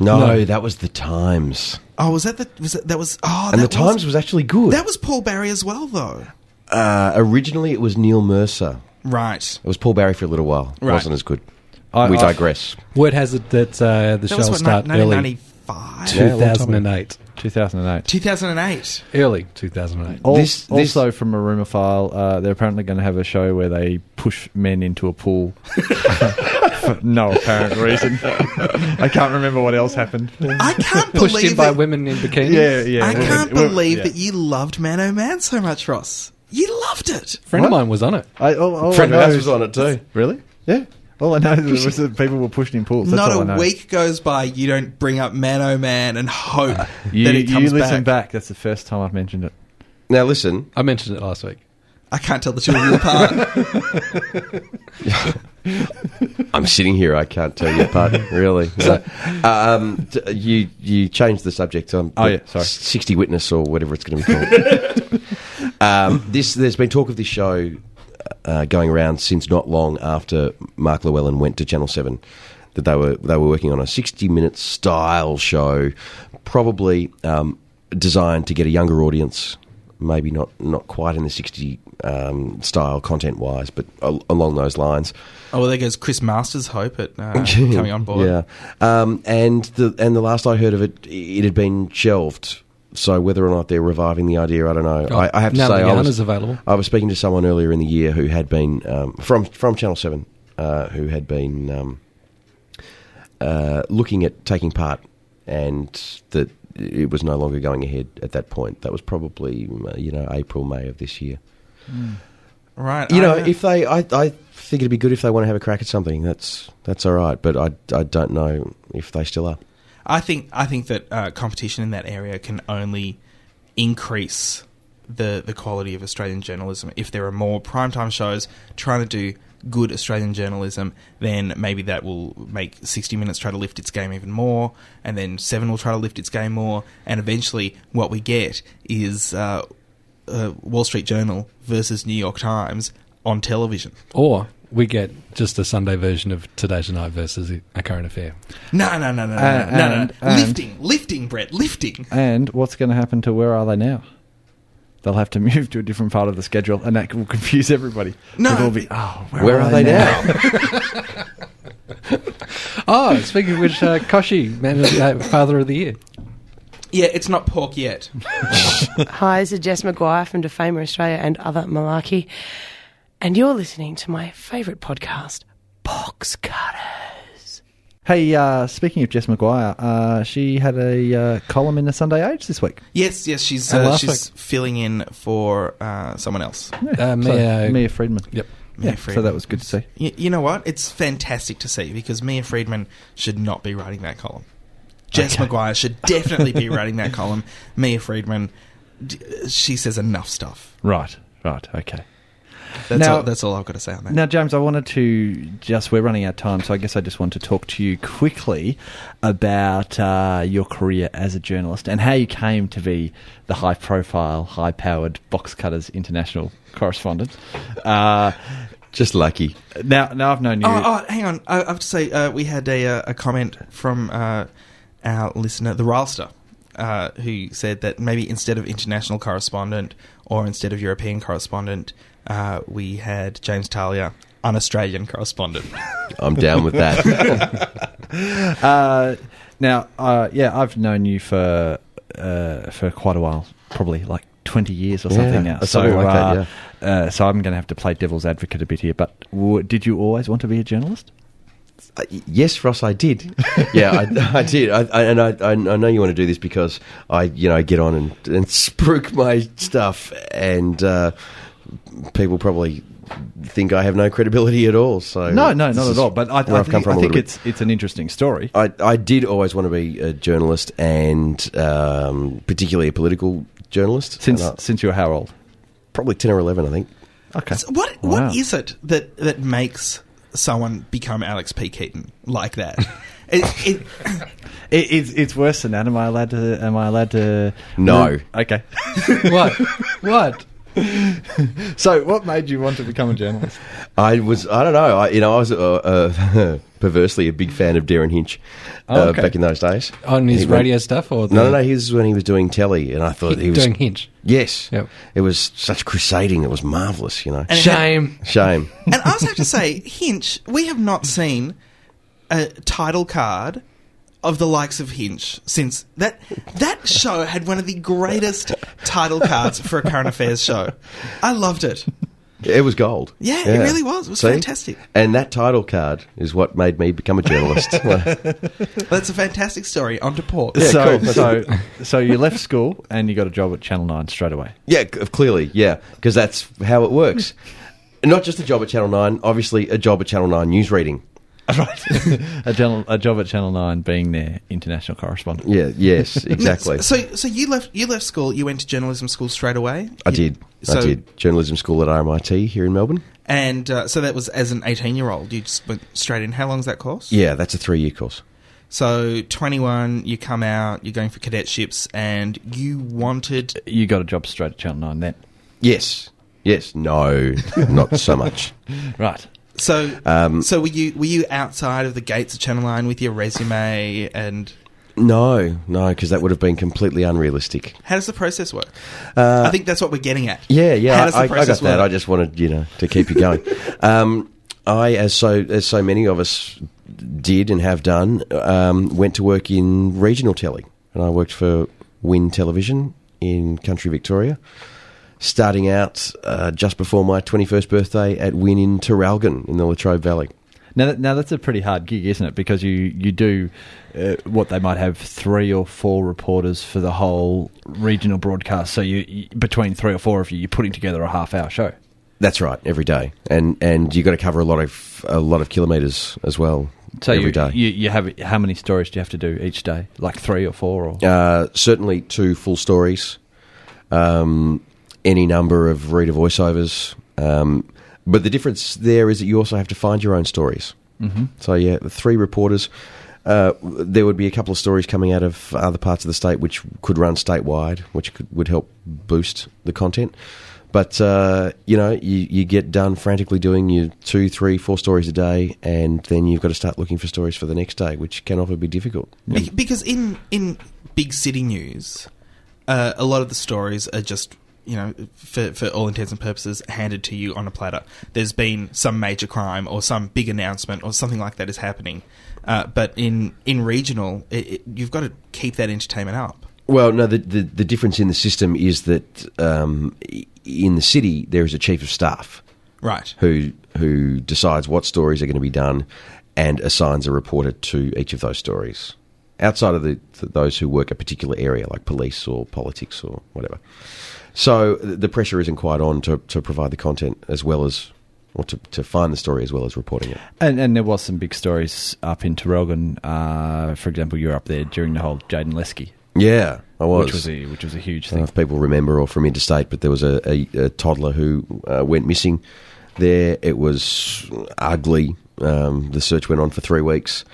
D: No,
A: No.
D: that was the Times,
B: Oh, was that the was that, that was oh
D: and the
B: that
D: Times was actually good.
B: that was Paul Barry as well though.
D: uh, originally, it was Neil Mercer.
B: Right.
D: It was Paul Barry for a little while. It
B: Right.
D: wasn't as good.
C: I-
D: we
C: I-
D: digress.
A: Word has it that uh, the
B: That
A: show
B: was
A: will
B: what
A: start early
B: 1995,
D: Yeah, a long time ago.
A: 2008.
C: 2008.
B: 2008.
A: Early 2008.
C: Al-
D: This- this-
C: also, from a rumour file, uh, they're apparently going to have a show where they push men into a pool for no apparent reason. I can't remember what else happened.
B: I can't
A: Pushed
B: believe
A: in by
B: that,
A: women in bikinis.
C: Yeah, yeah.
B: I can't
C: Well,
B: believe
C: yeah.
B: that you loved Man O Man so much, Ross. You loved it.
A: friend of
C: What?
A: mine was on it.
C: I, all, all
D: Friend
C: I
D: of
C: know
D: ours
C: is-
D: was on it too.
C: Really? Yeah. All I know is was that people were pushing in pools. That's all I
B: Not
C: know.
B: a week goes by you don't bring up Man O Man and hope that it comes
C: listen
B: back.
C: back. That's the first time I've mentioned it.
D: Now listen,
A: I mentioned it last week.
B: I can't tell the two of you apart.
D: I'm sitting here. I can't tell you apart. really. um, t- you you changed the subject. Um,
C: Oh, yeah, sorry.
D: Sixty Witness or whatever it's going to be called. um, this there's been talk of this show uh, going around since not long after Mark Llewellyn went to Channel Seven. That they were they were working on a sixty minute style show, probably um, designed to get a younger audience. Maybe not not quite in the sixty um, style content wise, but al- along those lines.
B: Oh, well, there goes Chris Masters' hope at uh, coming on board.
D: Yeah, um, and the and the last I heard of it, it had been shelved. So whether or not they're reviving the idea, I don't know.
A: Oh,
D: I, I have to
A: now
D: say,
A: the
D: I
A: yarn is
D: was
A: available.
D: I was speaking to someone earlier in the year who had been um, from from Channel Seven, uh, who had been um, uh, looking at taking part, and that it was no longer going ahead at that point. That was probably mm, you know April May of this year.
B: Right.
D: You
B: I-
C: Oh,
D: know, if they, I, I think it'd be good if they want to have a crack at something. That's that's all right. But I, I don't know if they still are.
B: I think I think that uh, competition in that area can only increase the the quality of Australian journalism. If there are more primetime shows trying to do good Australian journalism, then maybe that will make 60 Minutes try to lift its game even more, and then Seven will try to lift its game more, and eventually what we get is uh, uh, Wall Street Journal versus New York Times on television.
A: Or we get just a Sunday version of Today Tonight versus A Current Affair.
B: No, no, no, no, no,
C: Uh,
B: no, no,
C: and-
B: no.
C: and-
B: lifting, lifting, Brett, lifting.
C: And what's going to happen to where are they now? They'll have to move to a different part of the schedule, and that will confuse everybody.
B: No.
C: It'll all be, oh, where,
D: Where
C: are,
D: are they
C: now?
A: Oh, speaking of which, uh, Koshi, man, of- uh, Father of the Year.
B: Yeah, it's not pork yet.
M: Hi, this is Jess McGuire from Defamer Australia and other malarkey, and you're listening to my favourite podcast, Box Cutters.
C: hey, uh, speaking of Jess McGuire, uh, she had a uh, column in the Sunday Age this week.
B: Yes, yes, she's
C: And
B: uh,
C: last
B: she's filling in for uh, someone else.
A: Uh,
C: So,
A: Mia-
C: Mia Friedman.
A: Yep.
C: Yeah,
B: Mia
C: So
B: Friedman.
C: that was good to see.
B: Y- you know what? It's fantastic to see because Mia Friedman should not be writing that column. Jess
C: Okay.
B: McGuire should definitely be writing that column. Mia Friedman, d- she says enough stuff.
C: Right, right, okay.
B: That's
C: Now-
B: all, that's all I've got to say on that.
C: Now, James, I wanted to just, we're running out of time, so I guess I just want to talk to you quickly about uh, your career as a journalist and how you came to be the high profile, high powered Box Cutters international correspondent. Uh,
D: Just lucky.
C: now, now I've known you.
B: Oh, oh, hang on. I, I have to say, uh, we had a, uh, a comment from uh, our listener, the Rylester, uh, who said that maybe instead of international correspondent or instead of European correspondent, uh, we had James Talia, an Australian correspondent.
D: I'm down with that.
C: Uh, now, uh, yeah, I've known you for uh, for quite a while, probably like twenty years or
D: Yeah,
C: something now.
D: something like that,
C: uh, uh, so I'm going to have to play devil's advocate a bit here. But w- did you always want to be a journalist?
D: Uh, y- yes, Ross, I did. Yeah, I, I did. I, I, and I, I, I know you want to do this because I, you know, get on and, and spruik my stuff, and uh, people probably think I have no credibility at all. So
C: No, no,
D: this
C: not
D: is
C: at all. But I, I
D: where I've
C: think,
D: come from
C: I
D: a
C: think
D: little bit.
C: it's it's an interesting story.
D: I, I did always want to be a journalist, and um, particularly a political journalist.
C: Since
D: And I-
C: since you were how old?
D: probably ten or eleven, I think.
C: Okay.
B: So what
C: Wow.
B: what is it that that makes someone become Alex P. Keaton like that? it, it,
C: It, it's it's worse than that. Am I allowed to? Am I allowed to?
D: No.
C: Okay.
A: What? what?
C: so, what made you want to become a journalist?
D: I was, I don't know, I, you know, I was uh, uh, perversely a big fan of Darren Hinch uh,
C: Oh, okay.
D: back in those days.
A: On his
D: He went-
A: radio stuff? or the,
D: No, no, no. He was when he was doing telly, and I thought he, was
A: doing Hinge.
D: Yes,
A: Yep.
D: it was such crusading. It was marvelous, you know.
B: And it had-
A: Shame.
D: Shame.
B: and I also have to say, Hinch, we have not seen a title card of the likes of Hinch since that that show had one of the greatest title cards for a current affairs show. I loved it.
D: It was gold.
B: Yeah, it really was. It was fantastic.
D: And that title card is what made me become a journalist.
B: That's a fantastic story. On to Port.
C: so,
D: cool.
C: so, so you left school and you got a job at Channel Nine straight away.
D: Yeah, c- clearly, yeah, because that's how it works. Not just a job at Channel 9, obviously a job at Channel 9 news reading.
C: a, channel, a job at Channel Nine, being their international correspondent.
D: Yeah, yes, exactly.
B: So, so you left you left school. You went to journalism school straight away.
D: I
B: You-
D: did. I
B: So-
D: did. Journalism school at RMIT here in Melbourne.
B: And uh, so that was as an 18 year old. You just went straight in. How long's that course?
D: Yeah, that's a three year course.
B: So 21, you come out, you're going for cadetships, and you wanted.
C: You got a job straight at Channel Nine then.
D: Yes. Yes, no, not so much.
C: Right.
B: So,
D: Um,
B: so were you were you outside of the gates of Channel Nine with your resume? And
D: No, no, because that would have been completely unrealistic.
B: how does the process work?
D: Uh,
B: I think that's what we're getting at.
D: Yeah, yeah,
B: How does the
D: I, I got
B: process
D: that.
B: work?
D: I just wanted you know to keep you going. um, I, as so as so many of us did and have done, um, went to work in regional telly, and I worked for Win Television in country Victoria. Starting out uh, just before my twenty-first birthday at Win in Terralgan in the Latrobe Valley.
C: Now, that, now that's a pretty hard gig, isn't it? Because you you do uh, what they might have three or four reporters for the whole regional broadcast. So you, you between three or four of you, you're putting together a half hour show.
D: That's right, every day, and and you got to cover a lot of a lot of kilometres as well.
C: So
D: every
C: you,
D: day.
C: you you have how many stories do you have to do each day? Like three or four or
D: Uh, certainly two full stories, um, any number of reader voiceovers. Um, but the difference there is that you also have to find your own stories.
C: Mhm.
D: So, yeah, the three reporters. Uh, there would be a couple of stories coming out of other parts of the state which could run statewide, which could, would help boost the content. But, uh, you know, you, you get done frantically doing your two, three, four stories a day, and then you've got to start looking for stories for the next day, which can often be difficult.
B: Be- because in in big city news, uh, a lot of the stories are just you know for for all intents and purposes handed to you on a platter. There's been some major crime or some big announcement or something like that is happening, uh, but in in regional, it, it, you've got to keep that entertainment up.
D: Well, no, the, the, the difference in the system is that um, i- in the city there is a chief of staff,
B: Right.
D: Who who decides what stories are going to be done, and assigns a reporter to each of those stories. Outside of the, th those who work a particular area, like police or politics or whatever, so th- the pressure isn't quite on to, to provide the content as well as, or to, to find the story as well as reporting it.
C: And, and there was some big stories up in Terrelgan. Uh, for example, you were up there during the whole Jaden Lesky.
D: Yeah, I was. Uh,
C: Which was a, which was a huge
D: I don't know
C: thing.
D: if people remember or from interstate, but there was a, a, a toddler who uh, went missing there. It was ugly. Um, the search went on for three weeks,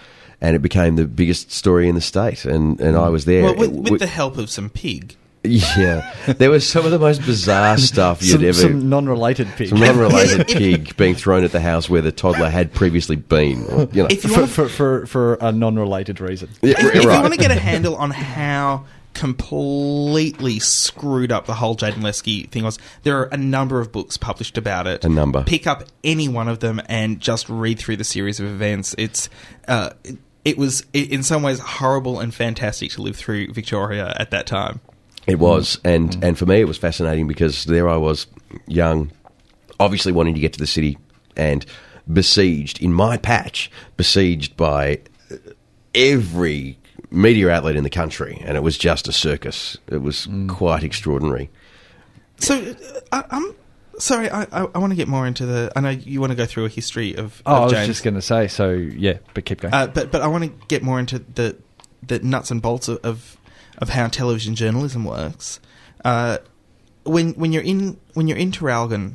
D: and it became the biggest story in the state. And, and I was there.
B: Well, with,
D: It-
B: with the help of some pig.
D: yeah, there was some of the most bizarre stuff you'd
C: some,
D: ever.
C: some non-related pig.
D: some non-related pig being thrown at the house where the toddler had previously been. or, you know.
B: If you
C: for,
B: wanna-
C: for, for, for a non-related reason.
D: Yeah,
B: If,
D: right.
B: if you want to get a handle on how completely screwed up the whole Jaden Lesky thing was, there are a number of books published about it.
D: A number.
B: Pick up any one of them and just read through the series of events. It's. Uh, it, it was i- in some ways horrible and fantastic to live through Victoria at that time.
D: It was, and and for me, it was fascinating because there I was, young, obviously wanting to get to the city, and besieged in my patch, besieged by uh, every media outlet in the country, and it was just a circus. It was quite extraordinary.
B: So uh, I, I'm sorry. I, I, I want to get more into the. I know you want to go through a history of.
C: Oh, I
B: of
C: was
B: James.
C: just going to say. So yeah, but keep going.
B: Uh, but but I want to get more into the the nuts and bolts of of, of how television journalism works. Uh, when when you're in when you're in Terralgan,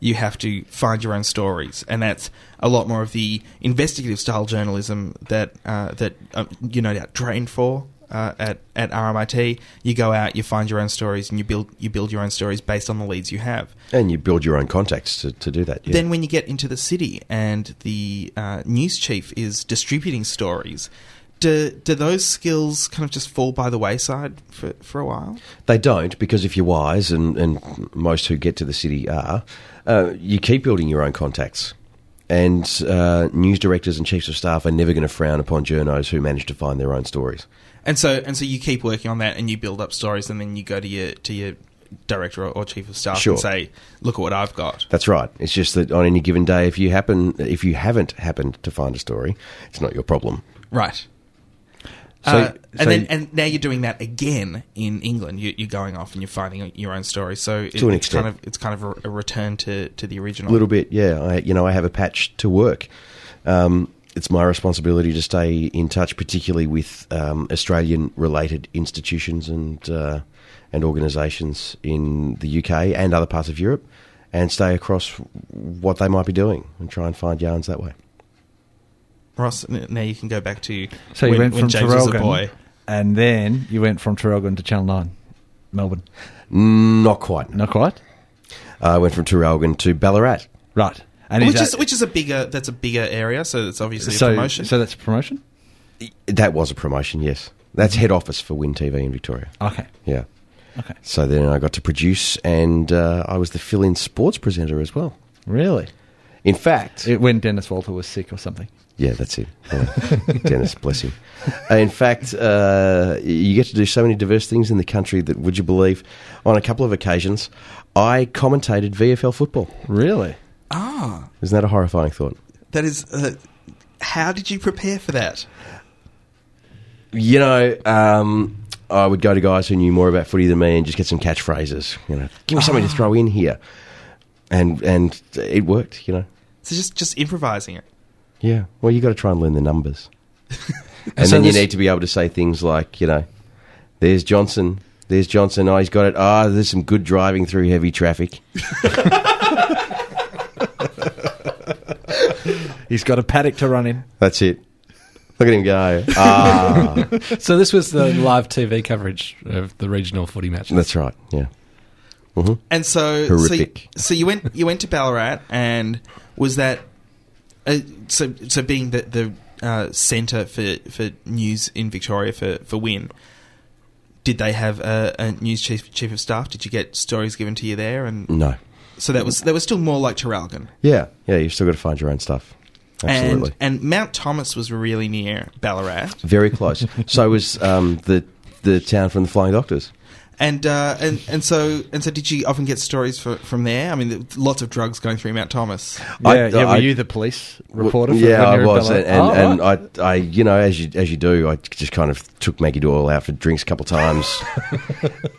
B: you have to find your own stories, and that's a lot more of the investigative style journalism that uh, that uh, you no doubt trained for. Uh, at at RMIT, you go out, you find your own stories, and you build you build your own stories based on the leads you have.
D: And you build your own contacts to, to do that. Yeah.
B: Then, when you get into the city and the uh, news chief is distributing stories, do, do those skills kind of just fall by the wayside for, for a while?
D: They don't because if you're wise, and, and most who get to the city are, uh, you keep building your own contacts. And uh, news directors and chiefs of staff are never going to frown upon journos who manage to find their own stories.
B: And so, and so you keep working on that, and you build up stories, and then you go to your to your director or, or chief of staff
D: Sure.
B: and say, "Look at what I've got."
D: That's right. It's just that on any given day, if you happen, if you haven't happened to find a story, it's not your problem.
B: Right.
D: So-
B: uh, and
D: so-
B: then, and now you're doing that again in England. You, you're going off and you're finding your own story. So it-
D: an
B: it's kind
D: extent.
B: of it's kind of a, a return to, to the
D: A
B: original.
D: little bit, yeah. I, you know, I have a patch to work. Um, it's my responsibility to stay in touch, particularly with um, Australian-related institutions and uh, and organisations in the UK and other parts of Europe, and stay across what they might be doing and try and find yarns that way.
B: Ross, n- now you can go back to
C: so you
B: when,
C: went
B: when
C: from
B: James was a
C: Terrelgan,
B: boy.
C: and then you went from Terrelgan to Channel Nine, Melbourne.
D: Not quite.
C: Not quite.
D: I went from Terralgan to Ballarat.
C: Right.
B: which is which is a bigger that's a bigger area, so it's obviously a promotion.
C: So that's a promotion?
D: That was a promotion, yes. That's head office for Win TV in Victoria.
C: Okay.
D: Yeah.
C: Okay.
D: So then I got to produce, and uh, I was the fill in sports presenter as well.
C: Really?
D: In fact,
C: it, when Dennis Walter was sick or something.
D: Yeah, that's it. Yeah. Dennis, bless him. Uh, In fact, uh, you get to do so many diverse things in the country that, would you believe, on a couple of occasions, I commentated VFL football.
C: Really?
B: ah,
D: Isn't that a horrifying thought?
B: that is. Uh, how did you prepare for that?
D: You know, um, I would go to guys who knew more about footy than me and just get some catchphrases. You know, give me something to throw in here, and and it worked. You know,
B: So just just improvising it.
D: yeah. Well, you got to try and learn the numbers, and
B: So
D: then you
B: this-
D: need to be able to say things like, you know, there's Johnson, there's Johnson. Oh, he's got it. Ah, there's some good driving through heavy traffic.
C: He's got a paddock to run in.
D: That's it. Look at him go. Ah,
A: so this was the live TV coverage of the regional footy match.
D: that's right. Yeah. hmm
B: And so, so you,
D: Horrific.
B: so you went you went to Ballarat, and was that uh, so? So being the the uh, centre for for news in Victoria for for Win, did they have a, a news chief chief of staff? Did you get stories given to you there? And
D: No.
B: so that was that was still more like Terralgan.
D: Yeah. Yeah. You've still got to find your own stuff. Absolutely.
B: And, and Mount Thomas was really near Ballarat,
D: Very close. so was um, the the town from the Flying Doctors.
B: and uh, and and so and so did you often get stories for, from there? I mean, there- lots of drugs going through Mount Thomas.
C: Yeah, yeah, were you the police reporter? for-
D: yeah,
C: when you were
D: I
C: in Oh,
D: was,
C: Ballarat?
D: and, and, and I, I, you know, as you as you do, I just kind of took Maggie Doyle out for drinks a couple of times,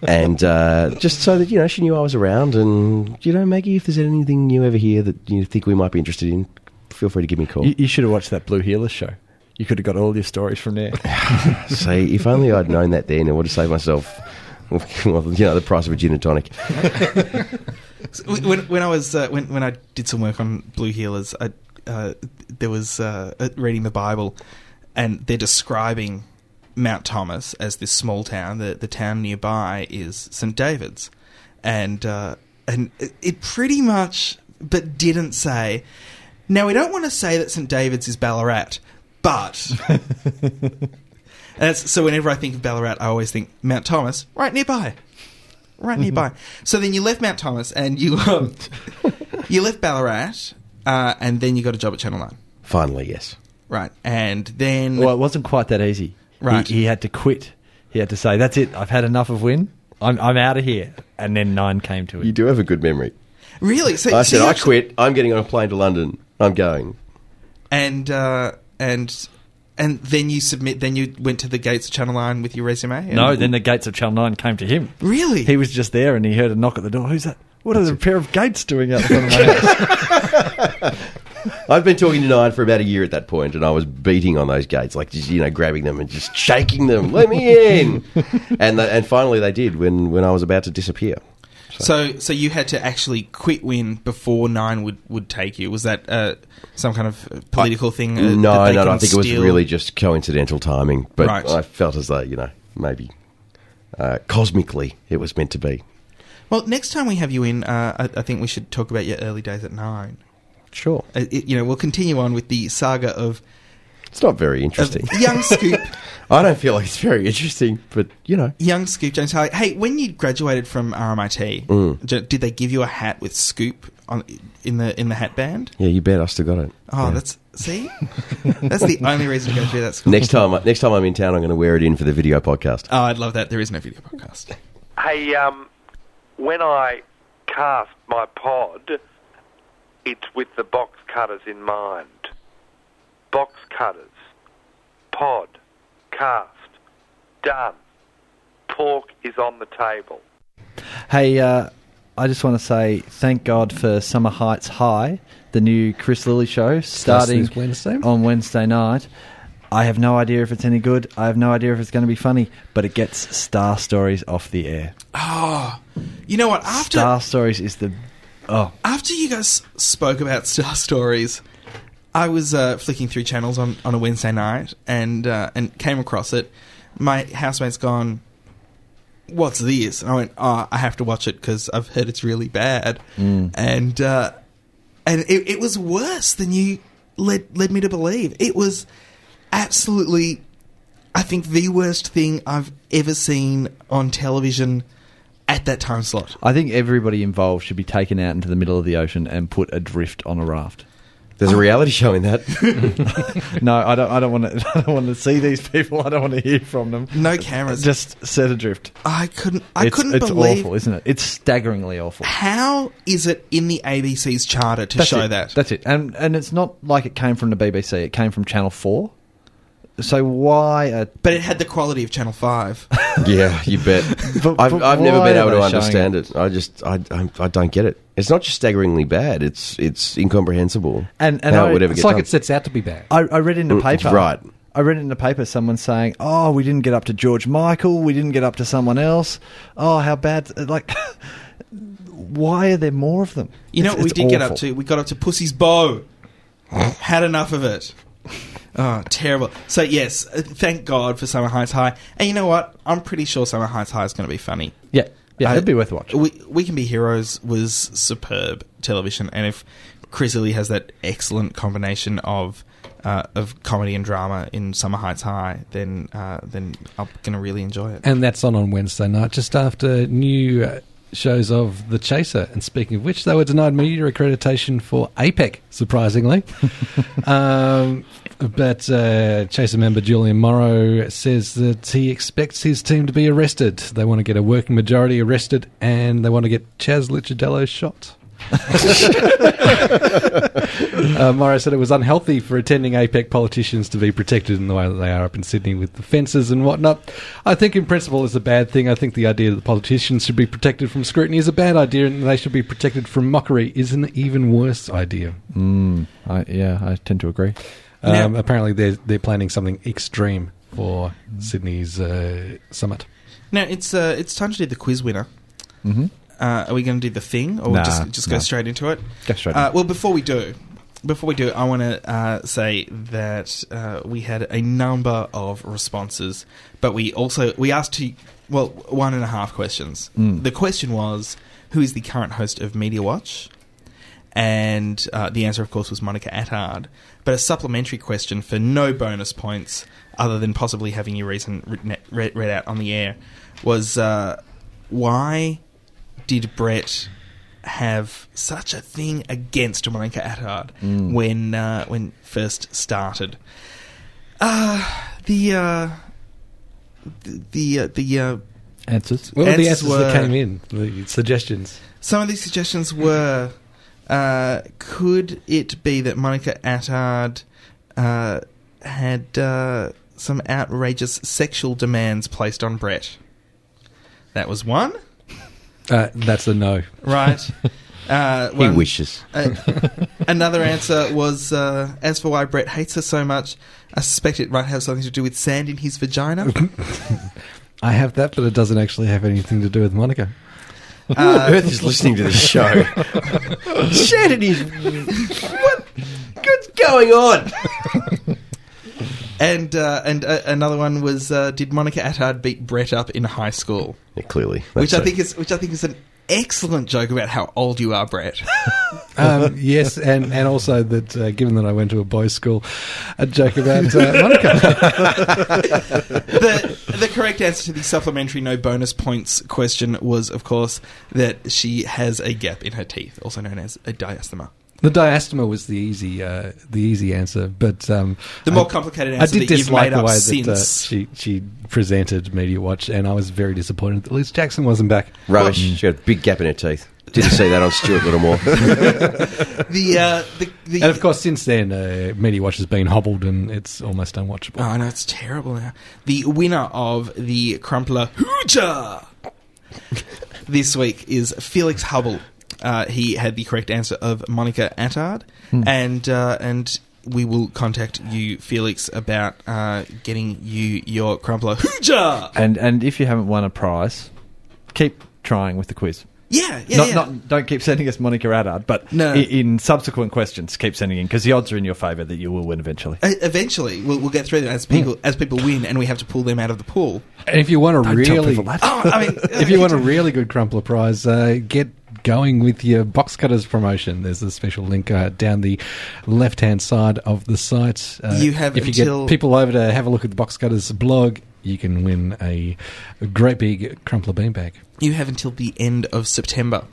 D: and uh, just so that you know she knew I was around. And you know, Maggie, if there's anything you ever hear that you think we might be interested in, feel free to give me a call.
C: You, you should have watched that Blue Healers show. You could have got all your stories from there.
D: See, if only I'd known that then, I would have saved myself. Well, you know, the price of a gin and tonic.
B: when when I was uh, when when I did some work on blue healers, I, uh, there was uh, uh, reading the Bible, and they're describing Mount Thomas as this small town. The the town nearby is St David's, and uh, and it- it pretty much but didn't say. Now we don't want to say that St David's is Ballarat, but. And that's- so whenever I think of Ballarat, I always think Mount Thomas, right nearby, right nearby.
D: Mm-hmm.
B: so then you left Mount Thomas and you um, you left Ballarat, uh, and then you got a job at Channel Nine,
D: Finally, yes.
B: right? And then
C: Well, it wasn't quite that easy.
B: Right.
C: He, he had to quit. He had to say, "That's it. I've had enough of Win. I'm, I'm out of here." And then Nine came to
D: You
C: it.
D: do have a good memory.
B: really, so,
D: I
B: so
D: said,
B: you
D: I
B: actually-
D: quit. I'm getting on a plane to London. I'm going.
B: and uh, and and then you submit. Then you went to the gates of Channel Nine with your resume. and-
C: No, then the gates of Channel Nine came to him.
B: really,
C: He was just there, and he heard a knock at the door. Who's that? What are the pair of gates doing out the front of my house?
D: I've been talking to Nine for about a year at that point, and I was beating on those gates, like just you know, grabbing them and just shaking them. Let me in, and the, and finally they did when when I was about to disappear.
B: so so you had to actually quit win before Nine would would take you. Was that uh, some kind of political thing? uh,
D: no,
B: that
D: no,
B: they
D: no,
B: can
D: I think it was
B: steal?
D: really just coincidental timing, but
B: Right.
D: I felt as though you know maybe uh, cosmically it was meant to be.
B: Well, next time we have you in, uh, I, I think we should talk about your early days at Nine.
D: Sure,
B: Uh, it, you know, we'll continue on with the saga of,
D: it's not very
B: of
D: interesting.
B: young Scoop,
D: I don't feel like it's very interesting, but you know,
B: young Scoop James Harley. Hey, when you graduated from RMIT,
D: Mm.
B: j- did they give you a hat with Scoop on in the in the hat band?
D: yeah, you bet I still got it.
B: Oh,
D: Yeah.
B: that's see, that's the only reason to go through that school.
D: next time. Next time I'm in town, I'm going to wear it in for the video podcast.
B: Oh, I'd love that. There is no video podcast.
N: Hey, um, when I cast my pod, it's with the box cutters in mind. Box cutters, pod, cast, done. Pork is on the table.
C: Hey, uh, I just want to say thank God for Summer Heights High, the new Chris Lilly show, starting
A: this Wednesday?
C: on Wednesday night. I have no idea if it's any good. I have no idea if it's going to be funny, but it gets Star Stories off the air.
B: Oh, you know what? After
C: Star Stories is the oh
B: after you guys spoke about Star Stories, I was uh, flicking through channels on, on a Wednesday night and uh, and came across it. My housemate's gone. what's this? And I went, oh, I have to watch it because I've heard it's really bad.
C: Mm.
B: And uh, and it, it was worse than you led led me to believe. It was absolutely, I think, the worst thing I've ever seen on television at that time slot.
C: I think everybody involved should be taken out into the middle of the ocean and put adrift on a raft.
D: There's a reality show in that.
C: no, I don't. I don't want to. I don't want to see these people. I don't want to hear from them.
B: No cameras.
C: Just set adrift.
B: I couldn't. I
C: it's,
B: couldn't
C: It's
B: believe
C: awful, isn't it? It's staggeringly awful.
B: how is it in the ABC's charter to show
C: it.
B: that?
C: That's it. And and it's not like it came from the BBC. It came from Channel Four. So why? A,
B: But it had the quality of Channel Five.
D: yeah, you bet.
C: But-
D: I've,
C: but
D: I've never
C: why
D: been
C: are
D: able to
C: they showing
D: understand it. I just I, I I don't get it. It's not just staggeringly bad. It's it's incomprehensible.
C: And- and
D: how
C: I-
D: it would ever
C: it's
D: get
C: like
D: done.
C: it
A: sets out to be bad.
C: I, I read in the
D: Mm, it's
C: paper.
D: right.
C: I read in the paper someone saying, "Oh, we didn't get up to George Michael. We didn't get up to someone else. Oh, how bad! Like, why are there more of them?
B: You know
C: It's-
B: what we
C: it's
B: did get up
C: awful.
B: to? We got up to Pussy's Bow. Had enough of it. Oh, terrible. So, yes, uh, thank God for Summer High's High. And you know what? I'm pretty sure Summer High's High is going to be funny.
C: Yeah, yeah,
B: Uh,
C: it'd be worth a watch.
B: We, we Can Be Heroes was superb television. And if Chris Illy has that excellent combination of. Uh, of comedy and drama in Summer Heights High, then uh, then I'm gonna really enjoy it.
A: And that's on on Wednesday night, just after new uh, shows of The Chaser. And speaking of which, they were denied media accreditation for APEC, surprisingly. um, but uh, Chaser member Julian Morrow says that he expects his team to be arrested. They want to get a working majority arrested, and they want to get Chaz Lichardello shot. uh, Morrow said it was unhealthy for attending APEC politicians to be protected in the way that they are up in Sydney with the fences and whatnot. I think, in principle, it's a bad thing. I think the idea that politicians should be protected from scrutiny is a bad idea, and they should be protected from mockery is an even worse idea.
C: Mm, I, yeah, I tend to agree.
A: Um, apparently, they're they're planning something extreme for Sydney's uh, summit.
B: Now it's uh, it's time to do the quiz winner.
A: Mm-hmm.
B: Uh, are we going to do the thing, or
A: Nah,
B: just just go
A: nah.
B: straight into it?
C: Go straight
B: Uh,
C: in.
B: well, before we do, before we do, I want to uh, say that uh, we had a number of responses, but we also we asked two, well one and a half questions.
C: Mm.
B: The question was, who is the current host of Media Watch? And uh, the answer, of course, was Monica Attard. But a supplementary question for no bonus points, other than possibly having your reason written- read, read out on the air, was uh, why did Brett have such a thing against Monica Attard
C: Mm.
B: when uh, when first started? Uh, the uh, the the, uh, the uh,
C: Answers.
A: What were the
B: Answers
A: answers that
B: were-
A: came in? The suggestions.
B: some of these suggestions were uh, could it be that Monica Attard uh, had uh, some outrageous sexual demands placed on Brett? That was one,
A: Uh, that's a no.
B: right? Uh,
D: He
B: one-
D: wishes.
B: Uh, another answer was uh, as for why Brett hates her so much, I suspect it might have something to do with sand in his vagina.
A: I have that, but it doesn't actually have anything to do with Monica.
D: Who
C: Uh,
D: on earth is listening to this show? Shannon what? What's going on?
B: And uh, and uh, another one was uh, did Monica Attard beat Brett up in high school?
D: Yeah, clearly,
B: which I
D: That's
B: think is which I think is an excellent joke about how old you are, Brett.
A: Um, yes, and, and also that uh, given that I went to a boys' school, a joke about uh, Monica.
B: the the correct answer to the supplementary no bonus points question was, of course, that she has a gap in her teeth, also known as a diastema.
A: the diastema was the easy uh, the easy answer, but um,
B: The more complicated answer
A: I did
B: that you've
A: dislike
B: made
A: the
B: up
A: way that uh,
B: since.
A: she she presented Media Watch, and I was very disappointed that Liz Jackson wasn't back.
D: Rubbish. She's got a big gap in her teeth. Didn't see that on Stuart Littlemore.
B: The uh, the, the
A: And of course, since then, uh, Media Watch has been hobbled, and it's almost unwatchable.
B: oh, I know it's terrible now. The winner of the Crumpler Hooja this week is Felix Hubble. Uh, he had the correct answer of Monica Attard,
C: Hmm.
B: and uh, and we will contact you, Felix, about uh, getting you your Crumpler Hooja.
C: And and if you haven't won a prize, keep trying with the quiz.
B: Yeah, yeah,
C: Not-
B: yeah.
C: not- don't keep sending us Monica Adard, but
B: No.
C: i- in subsequent questions, keep sending in because the odds are in your favour that you will win eventually.
B: E- Eventually, we'll, we'll get through them as people as people win, and we have to pull them out of the pool.
A: And if you want a
B: Don't tell
A: really,
B: people that. Oh, I mean,
A: if you want a really good crumpler prize, uh, get going with your box cutters promotion. There's a special link uh, down the left hand side of the site. Uh,
B: You have
A: if you
B: until-
A: get people over to have a look at the box cutters blog, you can win a great big crumpler beanbag.
B: You have until the end of September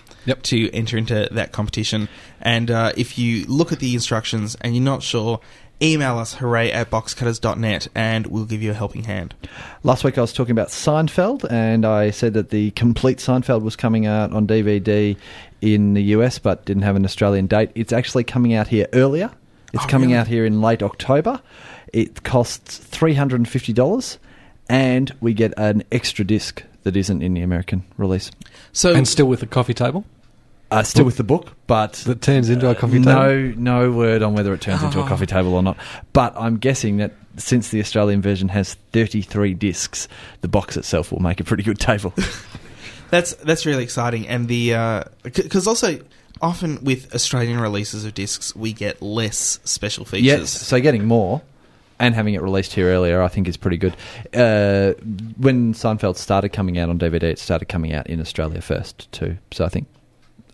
B: to enter into that competition. And uh, if you look at the instructions and you're not sure, email us hooray at boxcutters.net and we'll give you a helping hand.
C: Last week I was talking about Seinfeld, and I said that the complete Seinfeld was coming out on DVD in the US, but didn't have an Australian date. It's actually coming out here earlier. It's coming out here in late October. It costs three hundred and fifty dollars, and we get an extra disc that isn't in the American release.
B: So
A: and still with the coffee table.
C: Uh, still with the book, but
A: that turns into a coffee table.
C: No, no word on whether it turns into a
A: Oh.
C: coffee table or not. But I'm guessing that since the Australian version has 33 discs, the box itself will make a pretty good table.
B: That's that's really exciting, and the because also often with Australian releases of discs, we get less special features.
C: yes, so getting more and having it released here earlier, I think is pretty good. Uh, when Seinfeld started coming out on DVD, it started coming out in Australia first too. So I think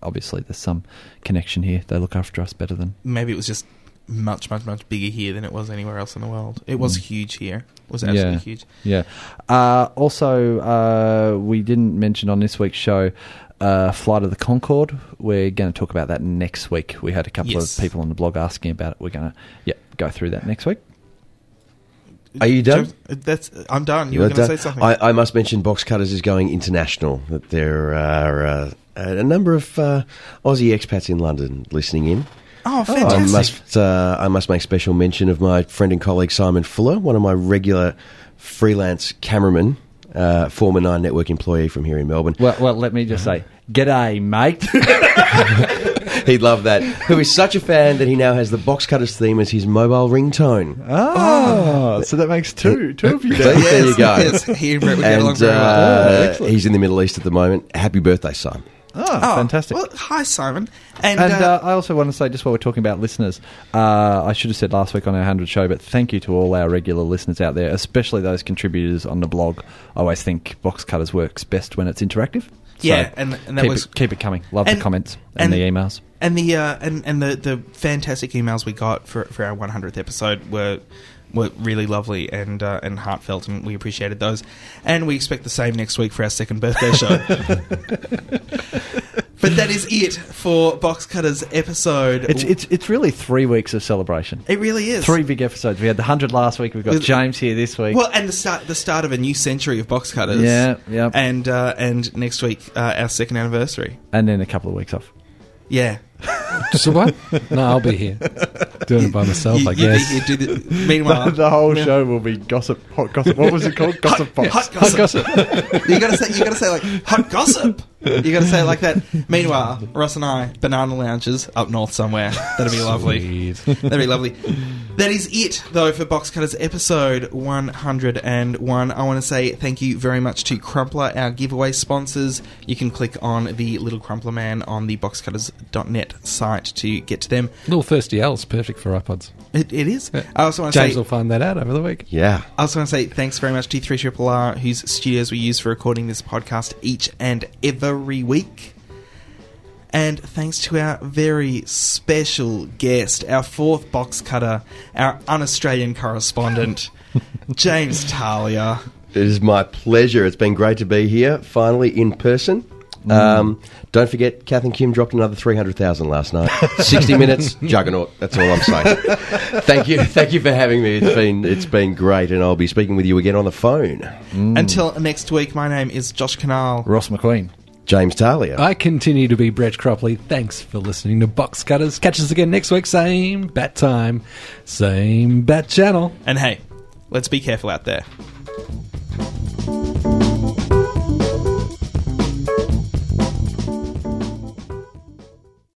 C: obviously there's some connection here. They look after us better than
B: Maybe it was just much much much bigger here than it was anywhere else in the world. It was
C: Mm.
B: huge here. It was absolutely
C: yeah.
B: huge.
C: Yeah. Uh, also, uh, we didn't mention on this week's show uh, Flight of the Concorde. We're going to talk about that next week. We had a couple
B: Yes.
C: of people on the blog asking about it. We're going to yeah go through that next week.
D: Are you done?
B: James, That's I'm done. You were
D: But,
B: going to
D: uh,
B: say something.
D: I, I must mention Box Cutters is going international. That there are uh, a number of uh, Aussie expats in London listening in.
B: Oh,
D: I
B: fantastic.
D: must, uh, I must make special mention of my friend and colleague Simon Fuller, one of my regular freelance cameramen, uh, former Nine Network employee from here in Melbourne.
C: Well, well let me just say, g'day, mate.
D: He'd love that. Who is such a fan that he now has the Box Cutters theme as his mobile ringtone.
B: Ah.
C: Oh, so that makes two, two of you.
D: There, there you go.
B: yes. He and Brett would get along
D: and
B: very well. Oh,
D: uh,
B: excellent.
D: he's in the Middle East at the moment. Happy birthday, Simon.
C: Oh, fantastic.
B: Well, hi Simon, and,
C: And,
B: uh,
C: uh, I also want to say, just while we're talking about listeners, uh, I should have said last week on our 100 show, but thank you to all our regular listeners out there, especially those contributors on the blog. I always think Box Cutters works best when it's interactive. So
B: Yeah, and- and that
C: keep,
B: was-
C: it, keep it coming. Love
B: and-
C: the comments and, the emails.
B: and the uh, and and the, the fantastic emails we got for for our 100th episode were were really lovely and uh, and heartfelt, and we appreciated those. And we expect the same next week for our second birthday show. but that is it for Box Cutters episode.
C: It's, it's, it's really three weeks of celebration.
B: it really is
C: Three big episodes. We had the 100 last week. We've got
B: With-
C: James here this week.
B: Well, and the start the start of a new century of box cutters.
C: Yeah, yeah.
B: And uh, and next week uh, our second anniversary.
C: and then a couple of weeks off.
B: Yeah,
A: So what? No, I'll be here doing it by myself.
B: You-
A: I
B: you-
A: guess.
B: you do the- meanwhile- The- the
C: whole show will be gossip, hot gossip. What was it called? Gossip box.
B: hot gossip. you gotta say you gotta say like hot gossip. You gotta say it like that. Meanwhile, Ross and I banana lounges up north somewhere. That'd be lovely. That'd be lovely. That is it though for Box Cutters episode 101. I want to say thank you very much to Crumpler, our giveaway sponsors. You can click on the little Crumpler man on the boxcutters.net site to get to them.
A: Little thirsty Al's perfect for iPods.
B: It, it is. I also want to
A: James
B: say
A: will find that out over the week.
D: Yeah.
B: I also want to say thanks very much to 3RRR, whose studios we use for recording this podcast each and every week. And thanks to our very special guest, our fourth box cutter, our un Australian correspondent, James Talia.
D: It is my pleasure. It's been great to be here, finally in person. Um, don't forget, Kath and Kim dropped another 300,000 last night. 60 minutes, juggernaut. That's all I'm saying. thank you. Thank you for having me. It's been, it's been great, and I'll be speaking with you again on the phone.
B: Until next week, my name is Josh Canal.
C: Ross McQueen.
D: James Talia.
A: I continue to be Brett Cropley. Thanks for listening to Box Cutters. Catch us again next week, same bat time, same bat channel.
B: And hey, let's be careful out there.